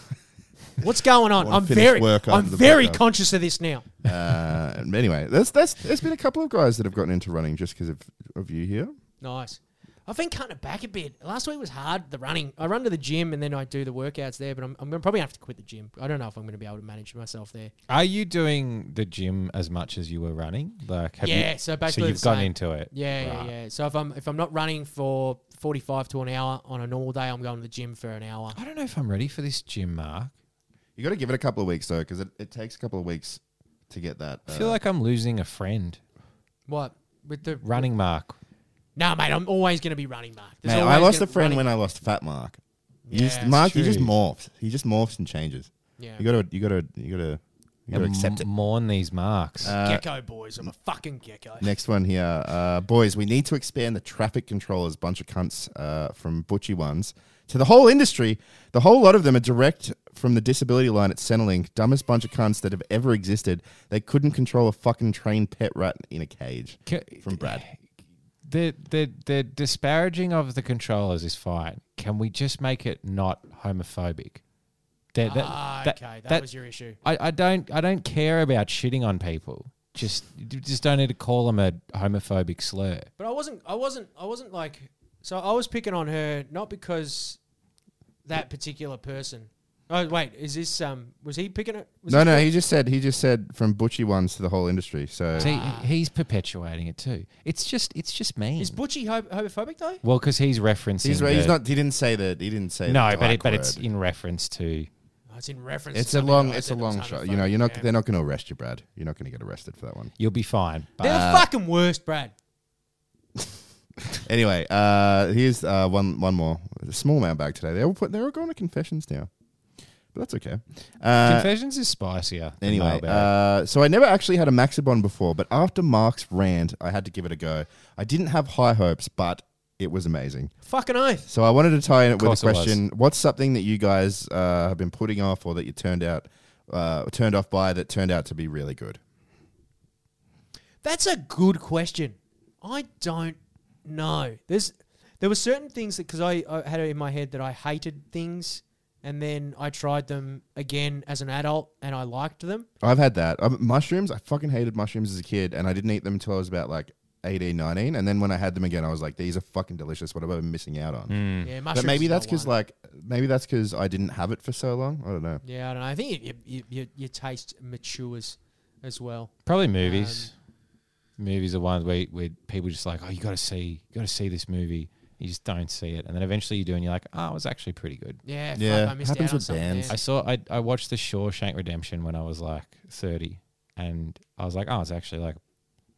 A: What's going on?
B: Wanna
A: I'm
B: finish
A: very
B: work after
A: I'm
B: the
A: very
B: podcast.
A: conscious of this now.
B: Uh, and anyway, that's that's there's been a couple of guys that have gotten into running just because of, of you here.
A: Nice. I've been cutting it back a bit. Last week was hard. The running, I run to the gym and then I do the workouts there. But I'm, I'm gonna probably have to quit the gym. I don't know if I'm gonna be able to manage myself there.
C: Are you doing the gym as much as you were running? Like, have
A: yeah,
C: you,
A: so basically
C: you've
A: the
C: gotten
A: same.
C: into it.
A: Yeah,
C: Right.
A: yeah, yeah. So if I'm if I'm not running for 45 to an hour on a normal day, I'm going to the gym for an hour.
C: I don't know if I'm ready for this gym, Mark.
B: You got to give it a couple of weeks though, because it, it takes a couple of weeks to get that. uh,
C: I feel like I'm losing a friend.
A: What with the
C: Running Mark.
A: No, mate, I'm always going to be running, Mark. There's
B: Mate, I
A: always
B: lost a
A: gonna-
B: friend
A: running-
B: when I lost Fat Mark. You
A: Yeah,
B: just,
A: it's
B: Mark, he just
C: true.
B: morphs. He just morphs and changes.
A: Yeah.
B: You gotta, you gotta, you gotta, you gotta
C: And
B: accept it. Uh,
C: m- Mourn these marks.
A: gecko boys. I'm a fucking gecko.
B: Next one here, uh, boys. We need to expand the traffic controllers, bunch of cunts uh, from Butchie ones to the whole industry. The whole lot of them are direct from the disability line at Centrelink. Dumbest bunch of cunts that have ever existed. They couldn't control a fucking trained pet rat in a cage.
C: Ca-
B: From Brad.
C: The, the, the disparaging of the controllers is fine. Can we just make it not homophobic? That- that-
A: Ah,
C: that-
A: okay, that,
C: that-
A: was your issue.
C: I, I don't I don't care about shitting on people. Just you just don't need to call them a homophobic slur.
A: But I wasn't. I wasn't. I wasn't like. So I was picking on her not because that particular person. Oh wait, is this um? Was he picking it? Was
B: No,
A: he-
B: no. He just said. He just said from Butchie ones to the whole industry. So
C: See, he's perpetuating it too. It's just it's just mean.
A: Is Butchie ho- homophobic though?
C: well, because he's referencing.
B: he's, he's
C: the-
B: not. He didn't say that. He didn't say.
C: No,
B: the
C: but it,
B: dark
C: but it's
B: word.
C: in reference to.
A: Oh, it's in reference. to
B: It's a
A: something
B: long.
A: that I
B: It's a
A: said that was
B: long shot. You know. You're
A: homophobic,
B: not.
A: yeah.
B: They're not going to arrest you, Brad. You're not going to get arrested for that one.
C: You'll be fine. But
A: They're the fucking worst, Brad.
B: Anyway, uh, here's uh, one one more. A small man bag today. They're all put, they're all going to confessions now, but that's okay. Uh,
C: Confessions is spicier. than
B: anyway,
C: Mailbag.
B: uh, so I never actually had a Maxibon before, but after Mark's rant, I had to give it a go. I didn't have high hopes, but it was amazing.
A: Fucking oath.
B: So I wanted to tie in it with a
C: course it was.
B: question: What's something that you guys uh, have been putting off, or that you turned out uh, turned off by that turned out to be really good?
A: That's a good question. I don't know. There's there were certain things that because I, I had it in my head that I hated things, and then I tried them again as an adult and I liked them.
B: I've had that. Um, mushrooms, I fucking hated mushrooms as a kid, and I didn't eat them until I was about like 18, 19. And then when I had them again, I was like, these are fucking delicious. What am I missing out on?
C: Mm. Hmm.
A: Yeah, mushrooms
B: Hmm. But maybe
A: is not
B: that's because
A: one.
B: like maybe that's because I didn't have it for so long. I don't know.
A: yeah, I don't know. I think you, you, you, your taste matures as well.
C: Probably
B: Um,
C: movies. movies are ones where, where people just like, oh, you got to see, you got to see this movie. You just don't see it, and then eventually you do, and you're like, oh, it was actually pretty good.
A: Yeah,
B: Yeah,
A: Fuck, I missed
B: happens
A: out on
B: with
A: something
B: bands.
A: there.
C: I saw, I, I watched The Shawshank Redemption when I was like 30, and I was like, oh, it's actually like a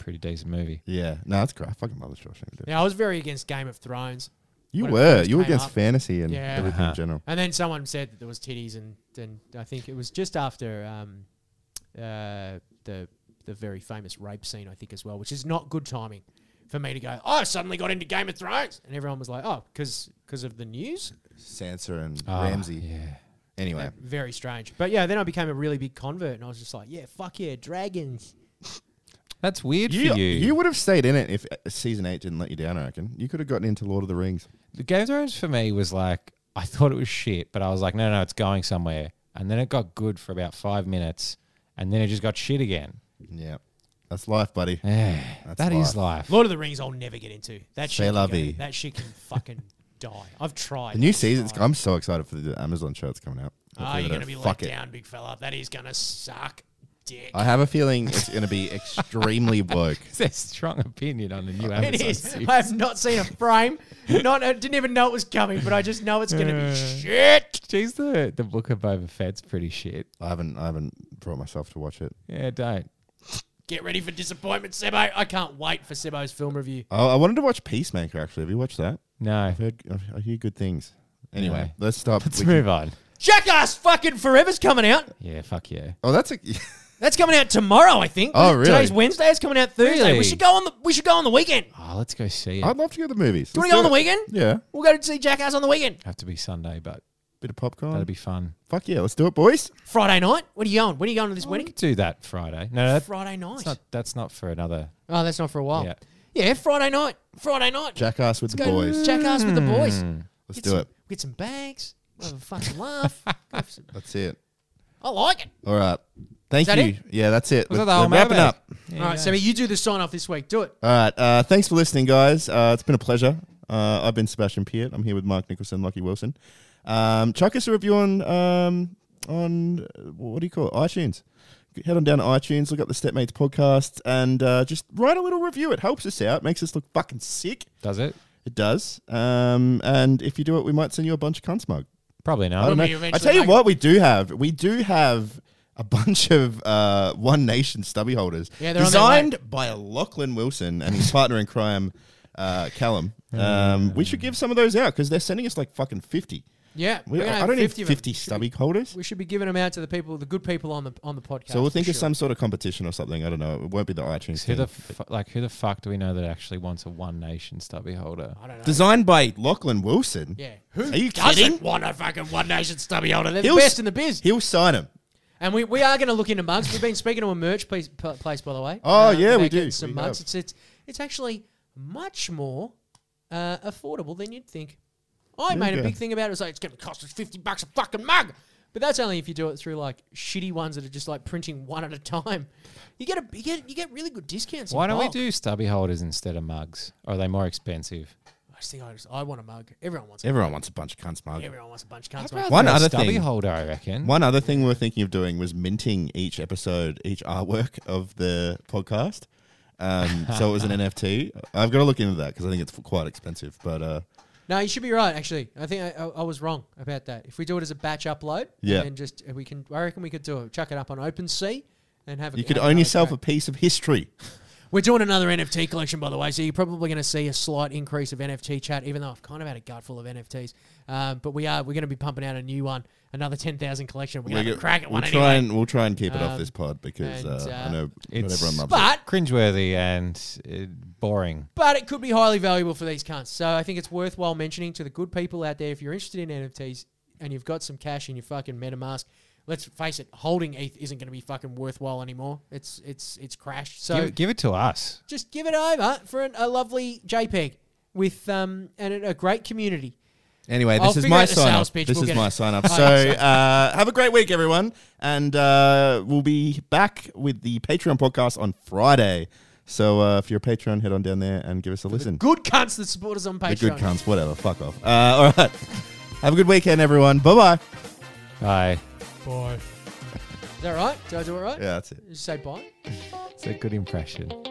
C: pretty decent movie.
B: Yeah, no, that's great. I fucking love the Shawshank. Dude.
A: Yeah, I was very against Game of Thrones,
B: You
A: When it
B: were
A: first
B: you were
A: came
B: against
A: up.
B: fantasy and
A: Yeah.
B: everything
C: Uh-huh.
B: in general.
A: and then someone said that there was titties, and then I think it was just after um, uh, the the very famous rape scene, I think as well, which is not good timing for me to go. Oh, I suddenly got into Game of Thrones, and everyone was like, oh, because of the news.
B: Sansa and
C: Ah,
B: Ramsey.
C: yeah.
B: Anyway,
A: Very strange, but yeah, then I became a really big convert, and I was just like, yeah, fuck yeah, dragons.
C: That's weird
B: you
C: for you.
B: you would have stayed in it if uh, season eight didn't let you down. I reckon you could have gotten into Lord of the Rings.
C: The Game of Thrones for me was like I thought it was shit, but I was like, no, no, it's going somewhere. And then it got good for about five minutes, and then it just got shit again.
B: Yeah, that's life, buddy.
C: Yeah,
B: That's
C: that
B: life.
C: is life.
A: Lord of the Rings, I'll never get into that
B: C'est
A: shit.
B: la
A: Can go,
B: vie.
A: that shit can fucking die. I've tried.
B: The new
A: I've
B: season's.
A: tried.
B: I'm so excited for the Amazon show that's coming out.
A: Oh,
B: Hopefully
A: you're
B: they
A: gonna
B: don't
A: be
B: fuck
A: let
B: it.
A: down, big fella. That is gonna suck, dick.
B: I have a feeling it's going to be extremely woke.
C: It's a strong opinion on the new Amazon.
A: It is.
C: series.
A: I have not seen a frame. Not I didn't even know it was coming, but I just know it's gonna be shit.
C: Jeez, the the book of Boba Fett's pretty shit.
B: I haven't, I haven't brought myself to watch it.
C: Yeah, don't.
A: Get ready for disappointment, Sebo. I can't wait for Sebo's film review.
B: I, I wanted to watch Peacemaker. Actually, have you watched that?
C: No.
B: I've heard, I hear good things. Anyway,
C: Anyway.
B: let's stop.
C: Let's
B: We can-
C: move on.
A: Jackass fucking Forever's coming out.
C: Yeah, fuck yeah.
B: Oh, that's a.
A: That's coming out tomorrow, I think.
B: Oh, really?
A: Today's Wednesday. It's coming out Thursday. We
C: Really?
A: should go on the we should go on the weekend. Do
C: Oh, let's go see it.
B: I'd love to go to the movies.
A: you want
B: Let's
A: to go on
B: do
A: the weekend?
B: it. Yeah,
A: We'll go to see Jackass on the weekend.
C: Have to be Sunday, but
B: bit of popcorn.
C: that'll be fun.
B: Fuck yeah, let's do it, boys.
A: Friday night. When are you going? When are you going to this
C: Oh, we
A: wedding?
C: could do that Friday. No, that,
A: Friday night.
C: that's not. That's not for another.
A: Oh, that's not for a while.
C: Yeah.
A: Yeah, Friday night. Friday night.
B: Jackass with
A: Let's
B: the
A: go
B: boys. Hmm.
A: Jackass with the boys.
B: Let's
A: Get
B: do
A: some-
B: it.
A: Get some bags. We'll have a fucking laugh. Have some-
B: That's it.
A: I like it.
B: All right. Thank
A: that
B: you.
A: it?
B: Yeah, that's it.
C: Was
B: We're-
C: that the whole
B: we're wrapping
C: mailbag?
B: up.
C: Yeah,
A: All right,
C: yeah.
A: Sammy, you do the sign off this week. Do it.
B: All right. Uh, thanks for listening, guys. Uh, it's been a pleasure. Uh, I've been Sebastian Peart. I'm here with Mark Nicholson, Lucky Wilson. Um, chuck us a review on um, on uh, what do you call it? iTunes. Head on down to iTunes, look up the Stepmates podcast, and uh, just write a little review. It helps us out, makes us look fucking sick.
C: Does it?
B: It does. Um, and if you do it, we might send you a bunch of cunt smug.
C: Probably
B: I
C: not.
B: don't know.
G: we
B: I
G: eventually
B: tell you
G: make-
B: what, we do have. We do have a bunch of uh, One Nation stubby holders.
G: Yeah, they're on their way.
B: designed by Lachlan Wilson and his partner in crime, uh, Callum. Um, we should give some of those out because they're sending us like fucking fifty.
A: Yeah,
B: We,
A: we're gonna
B: I
A: have
B: don't need
A: 50 of 'em.
B: fifty
A: Should be-
B: stubby holders.
A: We should be giving them out to the people, the good people on the on the podcast.
B: So we'll
A: for
B: think of
A: sure.
B: some sort of competition or something. I don't know. It won't be the iTunes. Thing.
C: Who the fu- like who the fuck do we know that actually wants a one nation stubby holder?
G: I don't know.
B: Designed by Lachlan Wilson.
A: Yeah, who
B: Are you
G: doesn't
B: kidding?
G: want a fucking One Nation stubby holder. They're
B: He'll
G: the best
B: s-
G: in the biz.
B: He'll sign him.
A: And we, we are going to look into mugs. We've been speaking to a merch place, p- place by the way. Uh,
B: Oh, yeah,
A: about
B: we do.
A: getting Some
B: We
A: mugs.
B: have.
A: It's, it's it's actually much more uh, affordable than you'd think. I made a
B: yeah.
A: big thing about it. It was like it's going to cost us fifty bucks a fucking mug, but that's only if you do it through like shitty ones that are just like printing one at a time. You get a you get you get really good discounts. in
C: Why don't we
A: bulk.
C: do stubby holders instead of mugs? Or are they more expensive?
A: I just think I just I want a mug. Everyone wants a mug.
B: Everyone wants a bunch of cunts, Mark.
A: Everyone wants a bunch of cunts.
B: One
C: A
B: other
C: stubby
B: thing.
C: holder, I reckon.
B: One other thing we were thinking of doing was minting each episode, each artwork of the podcast. Um, so it was an NFT. I've got to look into that because I think it's quite expensive. But uh,
A: No, you should be right. Actually, I think I, I, I was wrong about that. If we do it as a batch upload,
B: Yeah.
A: and just we can, I reckon we could do it. Chuck it up on OpenSea and have. A,
B: you
A: have
B: could
A: another
B: own yourself a
A: crack.
B: piece of history.
A: We're doing another NFT collection, by the way, so you're probably going to see a slight increase of NFT chat, even though I've kind of had a gutful of NFTs. Um, but we are we're going to be pumping out a new one, another ten thousand collection. We're going to have a crack at
B: we'll
A: one
B: try
A: anyway.
B: and we'll try and keep it off
A: Um,
B: this pod because
A: and,
B: uh,
A: uh,
B: I know not
C: it's-
B: everyone loves it.
A: but
C: Cringeworthy and uh, boring.
A: but it could be highly valuable for these cunts. So I think it's worthwhile mentioning to the good people out there if you're interested in NFTs and you've got some cash in your fucking MetaMask. Let's face it, holding ETH isn't going to be fucking worthwhile anymore. It's it's it's crashed. So
C: give, give it to us.
A: just give it over for an, a lovely JPEG with um and a a great community.
B: Anyway,
A: I'll
B: this is
A: figure
B: my
A: out the
B: sign
A: sales
B: up.
A: pitch.
B: This
A: We'll
B: is
A: get
B: my
A: it.
B: sign up.
A: Fine,
B: So uh, have a great week, everyone, and uh, we'll be back with the Patreon podcast on Friday. So uh, if you're a Patreon, head on down there and give us a listen.
A: Good cunts that support us on Patreon.
B: The good cunts, whatever. Fuck off. Uh, all right. Have a good weekend, everyone. Bye bye.
C: Bye.
A: Is that right? Did I do it right?
B: Yeah, that's it.
A: Just say bye.
C: It's a good impression.